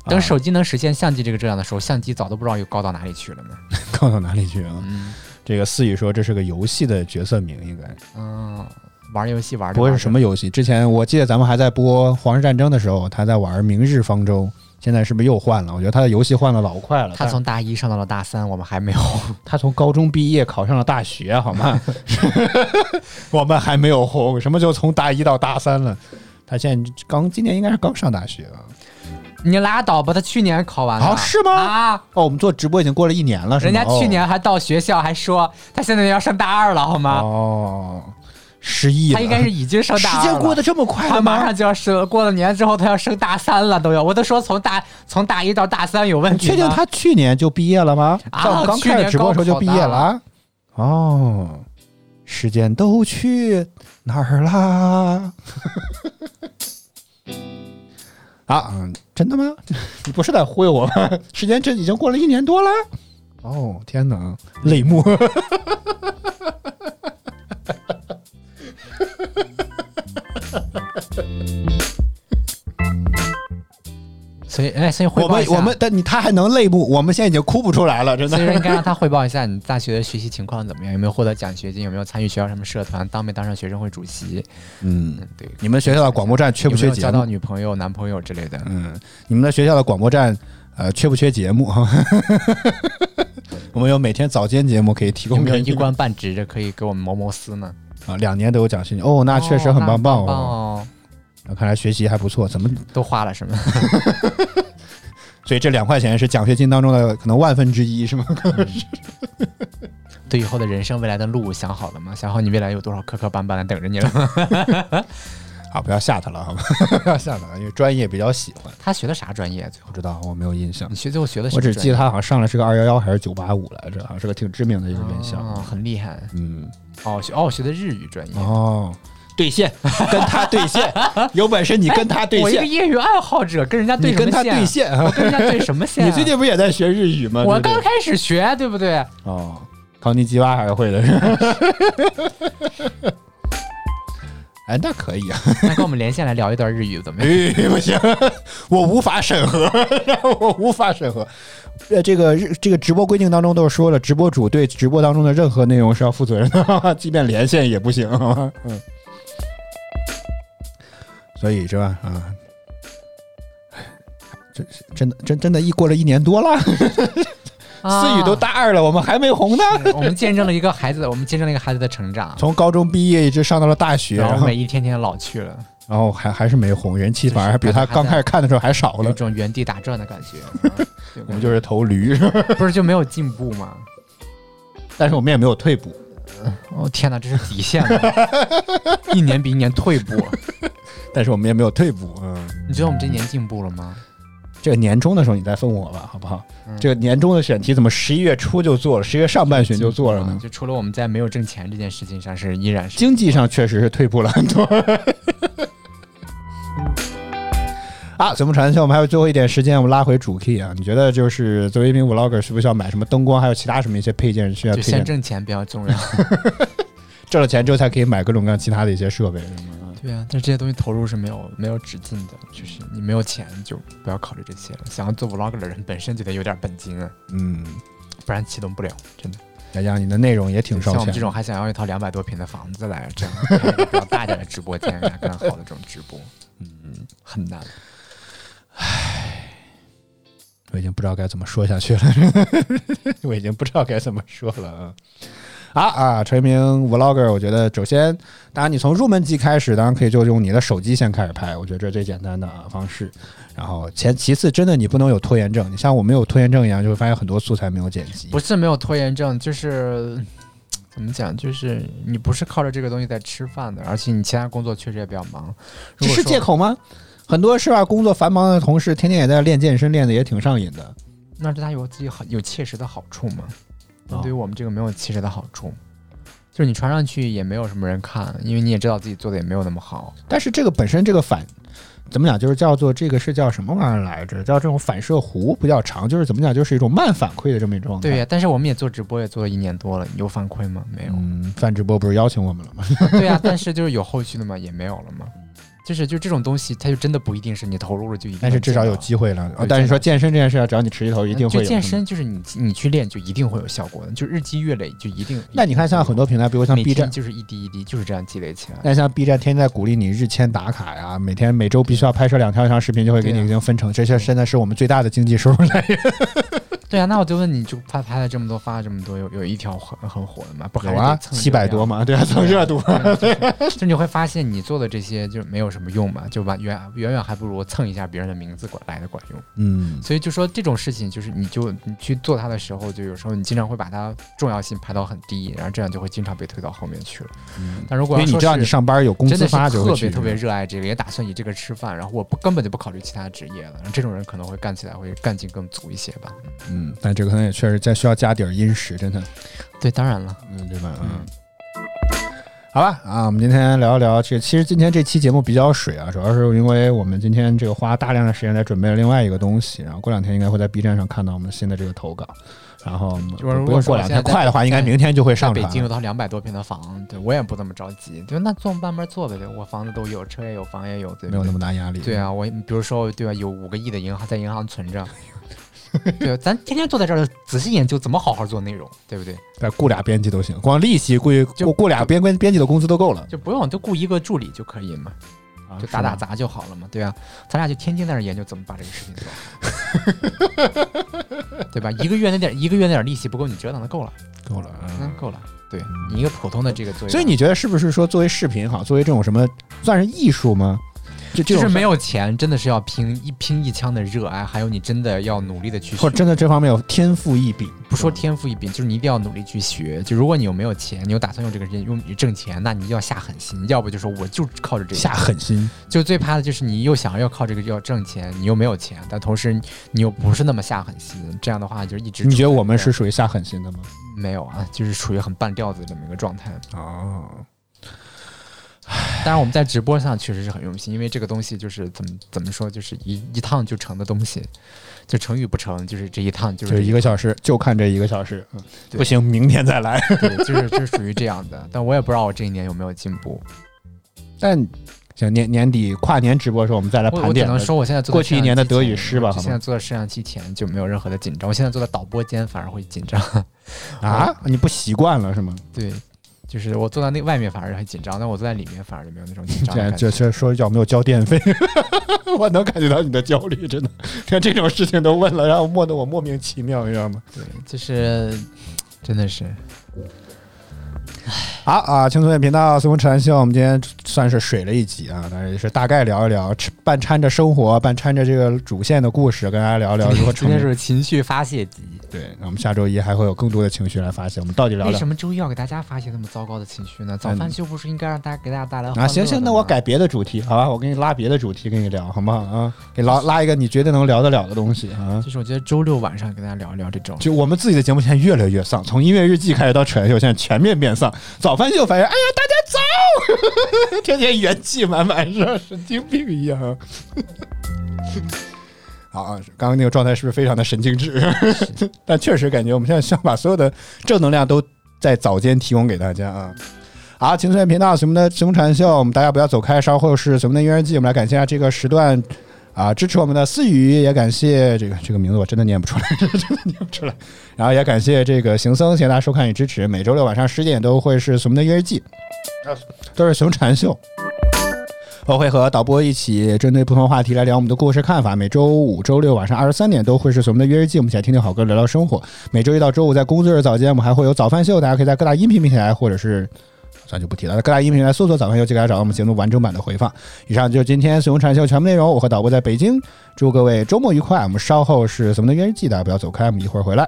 C: 等手机能实现相机这个质量的时候，相机早都不知道又高到哪里去了呢。
B: 高到哪里去啊？
C: 嗯
B: 这个思雨说这是个游戏的角色名，应该
C: 嗯，玩游戏玩的
B: 不会是什么游戏？之前我记得咱们还在播《皇室战争》的时候，他在玩《明日方舟》。现在是不是又换了？我觉得他的游戏换的老快了。
C: 他从大一上到了大三，我们还没有。 [LAUGHS]
B: 他从高中毕业考上了大学，好 [LAUGHS] 吗？我们还没有红，什么就从大一到大三了？他现在刚今年应该是刚上大学啊？
C: 你拉倒吧，他去年考完了，
B: 啊是吗
C: 啊，
B: 哦，我们做直播已经过了一年了，是吗哦
C: 人家去年还到学校还说他现在要上大二了，好
B: 哦
C: 吗？
B: 哦，失忆了，
C: 他
B: [LAUGHS]
C: 应该是已经上大
B: 时
C: 二了。
B: 间过得这么快
C: 他
B: 了
C: 马
B: 吗？
C: 上就要升，过了年之后他要升大三了，都要。我都说从大从大一到大三有问
B: 你
C: 题吗。
B: 确定他去年就毕业了吗？
C: 啊
B: 在我们刚开始直播的时候就毕业了啊？哦，时间都去哪儿啦？ [LAUGHS] 啊，嗯，真的吗？你不是在忽悠我吗？ [LAUGHS] 时间这已经过了一年多了。哦，天哪，泪
C: [LAUGHS]
B: 目。
C: 所以哎，所以汇
B: 我
C: 报一
B: 们
C: 下
B: 我们，但你他还能泪目，我们现在已经哭不出来了，真
C: 所以说
B: 的。
C: 应该让他汇报一下你大学的学习情况怎么样，有没有获得奖学金，有没有参与学校什么社团，当没当上学生会主席，
B: [LAUGHS] 嗯，
C: 嗯，对，
B: 你们学校的广播站缺不缺
C: 有没有
B: 节
C: 交
B: 目
C: 到？女朋友、男朋友之
B: [LAUGHS]
C: 类的。
B: 嗯，你们的学校的广播站，呃，缺不缺节目？ [LAUGHS] 我们有每天早间节目可以提
C: 有
B: 供
C: 没有
B: 给你
C: 一官半职的可以给我们谋谋私呢？
B: 啊，两年都有奖学金哦，那
C: 那
B: 确实很棒
C: 棒
B: 哦。
C: 哦！
B: 那看来学习还不错，怎么？
C: 都花了什么？ [LAUGHS]
B: 所以这两块钱是奖学金当中的可能万分之一，是吗？ [LAUGHS]
C: 对以后的人生未来的路想好了吗？想好你未来有多少磕磕绊绊的等着你了吗？ [LAUGHS]
B: 好，啊不要吓他了，好吧？ [LAUGHS] 不要吓他了，因为专业比较喜欢。
C: 他学的啥专业？最后
B: 不知道，我没有印象
C: 你，学最后学的什
B: 我
C: 么专业？
B: 只记得他好像上来是个二幺幺还是九八五来着，好像是个挺知名的一个院校。
C: 哦，很厉害
B: 嗯，
C: 哦，学哦学的日语专业。
B: 哦，对线， [LAUGHS] 跟他对线，有本事你跟他对
C: 我一个
B: 线，
C: 业余爱好者跟人家对
B: 你
C: 什么
B: 跟他
C: 线？
B: 对线啊 [LAUGHS]
C: 我！ [LAUGHS] 跟人家对什么线？啊
B: 你
C: [LAUGHS]
B: 最近不也在学日语吗？
C: 我
B: 对
C: 刚
B: 不对
C: 开始学，对不对？
B: 哦，康尼基蛙还是会的。 [LAUGHS] 是吧哎，那可以啊！
C: 那跟我们连线来聊一段日语怎么样？
B: [LAUGHS] 哎，不行， [LAUGHS] 我无法审核， [LAUGHS] 我无法审核。呃，这个日这个直播规定当中都是说了，直播主对直播当中的任何内容是要负责任的， [LAUGHS] 即便连线也不行。 [LAUGHS] 嗯，所以是吧？啊，真是真的真真的，一过了一年多了，思雨都大二了，我们还没红呢。
C: 啊， [LAUGHS]
B: [LAUGHS]
C: 我们见证了一个孩子，我们见证了一个孩子的成长，
B: 从高中毕业一直上到了大学，
C: [LAUGHS] 然
B: 然
C: 后
B: 后
C: 每一天天老去了。
B: 然后还还是没红，人气反而还比他
D: 就是
B: 刚开始看的时候还少
D: 有一
B: 了。
D: 种原地打转的感
C: [LAUGHS]
D: 觉。
B: 我们就是头驴， [LAUGHS]
D: 不是就没有进步吗？
B: 但是我们也没有退步。
D: 哦天哪，这是底
C: [LAUGHS]
D: 线了，一年比一年退步。
B: 但是我们也没有退步。嗯，
D: 你觉得我们这年进步了吗？
B: 这个年终的时候你再问我吧，好不好？
D: 嗯
B: 这个年终的选题怎么十一月初就做了，十一月上半旬就做了呢？
D: 就除了我们在没有挣钱这件事情上是依然是
B: 经济上确实是退步了很多。 [LAUGHS] 啊，怎么传销？我们还有最后一点时间，我们拉回主 key 啊。你觉得就是作为一名 vlogger，需不需要买什么灯光，还有其他什么一些配件需要
D: 就
B: 推
D: 先
B: 荐？
D: 挣钱比较重要。
B: 挣了钱之后才可以买各种各样其他的一些设备，是吗？
D: 对啊，但是这些东西投入是没有没有止境的，就是你没有钱就不要考虑这些了。想要做 vlog 的人本身就得有点本金啊，
B: 嗯，不
D: 不然启动不了。真的，
B: 再加上你的内容也挺烧
D: 像我们
B: 钱
D: 这
B: 的。
D: 种还想要一套两百多平的房子来这样开一个比较大点的直播间，然后更好的这种直播，嗯，很难。
B: 我已经不知道该怎么说下去了， [LAUGHS] 我已经不知道该怎么说了啊。啊啊！成为一名 vlogger，我觉得首先，当然你从入门级开始，当然可以就用你的手机先开始拍，我觉得这是最简单的啊方式。然后前其次，真的你不能有拖延症，你像我没有拖延症一样，就会发现很多素材没有剪辑。
D: 不是没有拖延症，就是
C: 嗯
D: 怎么讲，就是你不是靠着这个东西在吃饭的，而且你其他工作确实也比较忙。如
B: 这
D: 果
B: 是
D: 说
B: 借，口吗？很多是吧？工作繁忙的同事，天天也在练健身，练的也挺上瘾的。
D: 那对他有自己好有切实的好处吗？
B: 哦
D: 对于我们这个没有切实的好处，就是你传上去也没有什么人看，因为你也知道自己做的也没有那么好。
B: 但是这个本身这个反怎么讲，就是叫做这个是叫什么玩意儿来着？叫这种反射弧不叫长，就是怎么讲，就是一种慢反馈的这么一种状态。
D: 对呀、但是我们也做直播，也做了一年多了，有反馈吗？没有。
B: 嗯，范直播不是邀请我们了吗？
D: 对呀、但是就是有后续的嘛，也没有了嘛。就是就这种东西，它就真的不一定是你投入了就一定能见到。
B: 但是至少有机会了。
D: 对
B: 哦但是说健身这件事，只要你持续投入，一定会
D: 就
B: 有。
D: 健。身，就是你你去练，就一定会有效果的，就日积月累，就一定。
B: 那你看，像很多平台，比如像
D: 每
B: B
D: 天
B: 站，
D: 就是一滴一滴，就是这样积累起来。
B: 那像 B 站天天在鼓励你日签打卡呀，每天每周必须要拍摄两条以上视频，就会给
D: 对
B: 你
D: 啊
B: 已经分成。这些真的是我们最大的经济收入来源。
D: 对啊，那我就问你，就拍拍了这么多，发了这么多，有有一条很很火的吗？不还
B: 有
D: 是得，
B: 啊
D: 蹭
B: 七百多
D: 吗？
B: 嘛，对啊，蹭热度。
D: [LAUGHS] 就你会发现，你做的这些就没有什么用嘛，就完远远远还不如蹭一下别人的名字管来的管用。
B: 嗯，
D: 所以就说这种事情，就是你就你去做它的时候，就有时候你经常会把它重要性排到很低，然后这样就会经常被推到后面去了。但如
B: 嗯因
D: 果
B: 为
D: 要
B: 你
D: 说
B: 知道你
D: 是
B: 上班有工
D: 真
B: 资
D: 的是
B: 发，就会
D: 特
B: 去
D: 别特别热爱这个，也打算以这个吃饭，然后我不根本就不考虑其他职业了。这种人可能会干起来会干劲更足一些吧。
B: 嗯，但这个可能也确实再需要加点儿殷实，真的，
D: 对，当然了，
B: 嗯，对吧？嗯。好吧，啊，我们今天聊一聊这。其实今天这期节目比较水啊，主要是因为我们今天这个花大量的时间来准备了另外一个东西，然后过两天应该会在 B 站上看到我们新的这个投稿，然后
D: 就是如
B: 不
D: 果
B: 用
D: 说
B: 过
D: 我
B: 两
D: 现在
B: 天，
D: 在
B: 快的话应该明天就会
D: 在
B: 上
D: 北
B: 传。
D: 京有套两百多平的房，对我也不那么着急，就那做慢慢做呗，对我房子都有，车也有，房也有，对不对
B: 没有那么大压力。
D: 对啊，我比如说对吧、有五个亿的银行在银行存
B: [LAUGHS]
D: 着。对啊，咱天天坐在这儿仔细研究怎么好好做内容，对不对？
B: 再雇俩编辑都行，光利息估计
D: 就
B: 雇雇俩编编编辑的工资都够了，
D: 就不用就雇一个助理就可以嘛，
B: 啊
D: 就打打杂就好了嘛，对啊，咱俩就天天在那儿研究怎么把这个
B: 嗯
D: 事情做好，对吧？一个月那点一个月那点利息不够你折腾的够了，
B: 够了。嗯
D: 嗯，够了。对你一个普通的这个作业，
B: 所以你觉得是不是说作为视频哈，作为这种什么算是艺术吗？就这
D: 就
B: 种
D: 是没有钱，真的是要拼一拼一腔的热爱，还有你真的要努力的去
B: [LAUGHS] 或者真的这方面有天赋异禀，
D: 不说天赋异禀，就是你一定要努力去学。就如果你有没有钱，你有打算用这个人用你挣钱，那你就要下狠心，要不就说我就靠着这个。
B: 下狠心，
D: 就最怕的就是你又想要靠这个要挣钱，你又没有钱，但同时你又不是那么下狠心，这样的话就一直。
B: 你觉得我们是属于下狠心的吗？
D: 没有啊？就是处于很半吊子这么一个状态。
B: 哦，
D: 当然我们在直播上确实是很用心，因为这个东西就是怎么怎么说，就是一一趟就成的东西，就成与不成，就是这一趟就
B: 就是
D: 这
B: 是一
D: 一
B: 个小时，就看这一个小时，嗯
D: 对
B: 不行，明天再
D: [LAUGHS]
B: 来。
D: [LAUGHS] 对，就是就是属于这样的。但我也不知道我这一年有没有进步。
B: 但行，年年底跨年直播的时候，我们再来
D: 我
B: 盘
D: 我只
B: 点
D: 能说，我现在做
B: 过
D: 到
B: 去一
D: 摄
B: 年的
D: 像机
B: 德
D: 前
B: 语诗吧
D: 我
B: 好
D: 现
B: 吗
D: 在做到摄像机前就没有任何的紧张，我现在做到导播间反而会紧张。
B: 啊，你不习惯了是吗？
D: 对，就是我坐到那外面反而很紧张，但我坐在里面反而就没有那种紧张
B: 这
D: 的
B: 样
D: 感觉
B: [LAUGHS] 这。这说要没有交电费， [LAUGHS] 我能感觉到你的焦虑，真的。连这种事情都问了，然后莫得我莫名其妙，你知道吗？
D: 对，就是真的是
B: 好啊，轻松点频道随风吃谈笑，我们今天算是水了一集啊，但是也是大概聊一聊，吃半掺着生活，半掺着这个主线的故事，跟大家聊一聊如何
C: 今
B: 成
C: 天
B: 名。
C: 是情绪发泄集。
B: 对，那我们下周一还会有更多的情绪来发泄，我们到底聊
C: 为
B: 聊
C: 什么周一要给大家发泄那么糟糕的情绪呢？早饭秀不是应该让大家给大家带来欢乐
B: 啊？行
C: 的
B: 行，
C: 吗
B: 那我。改别的主题，好吧？我给你拉别的主题跟你聊，好不好啊？给拉拉一个你觉得能聊得了的东西啊。
C: 就是我觉得周六晚上跟大家聊一聊这种，
B: 就我们自己的节目现在越来越丧，从音乐日记开始到扯秀，现在全面变丧。早饭秀发现，哎呀，大家早， [LAUGHS] 天天元气满满，是吧？神经病一样。 [LAUGHS] 好啊，刚刚那个状态是不是非常的神经质？ [LAUGHS] 但确实感觉我们现在想把所有的正能量都在早间提供给大家啊。好，青春频道什么的什么传秀，我们大家不要走开，稍后是什么的音乐日记，我们来感谢一下这个时段啊支持我们的思雨，也感谢这个这个名字我真的念不出来，真的念不出来。然后也感谢这个行僧，谢谢大家收看与支持。每周六晚上十点都会是《什么的约日记》，都是熊禅秀。我会和导播一起针对不同话题来聊我们的故事看法。每周五、周六晚上二十三点都会是《什么的约日记》，我们一起来听听好歌，聊聊生活。每周一到周五在工作日早间，我们还会有早饭秀，大家可以在各大音频平台或者是。咱就不提了，在各大音频平台搜索“早饭秀”，就可以找到我们节目完整版的回放。以上就是今天《熊禅秀》全部内容。我和导播在北京，祝各位周末愉快。我们稍后是《什么的约日记》，大家不要走开，我们一会儿回来。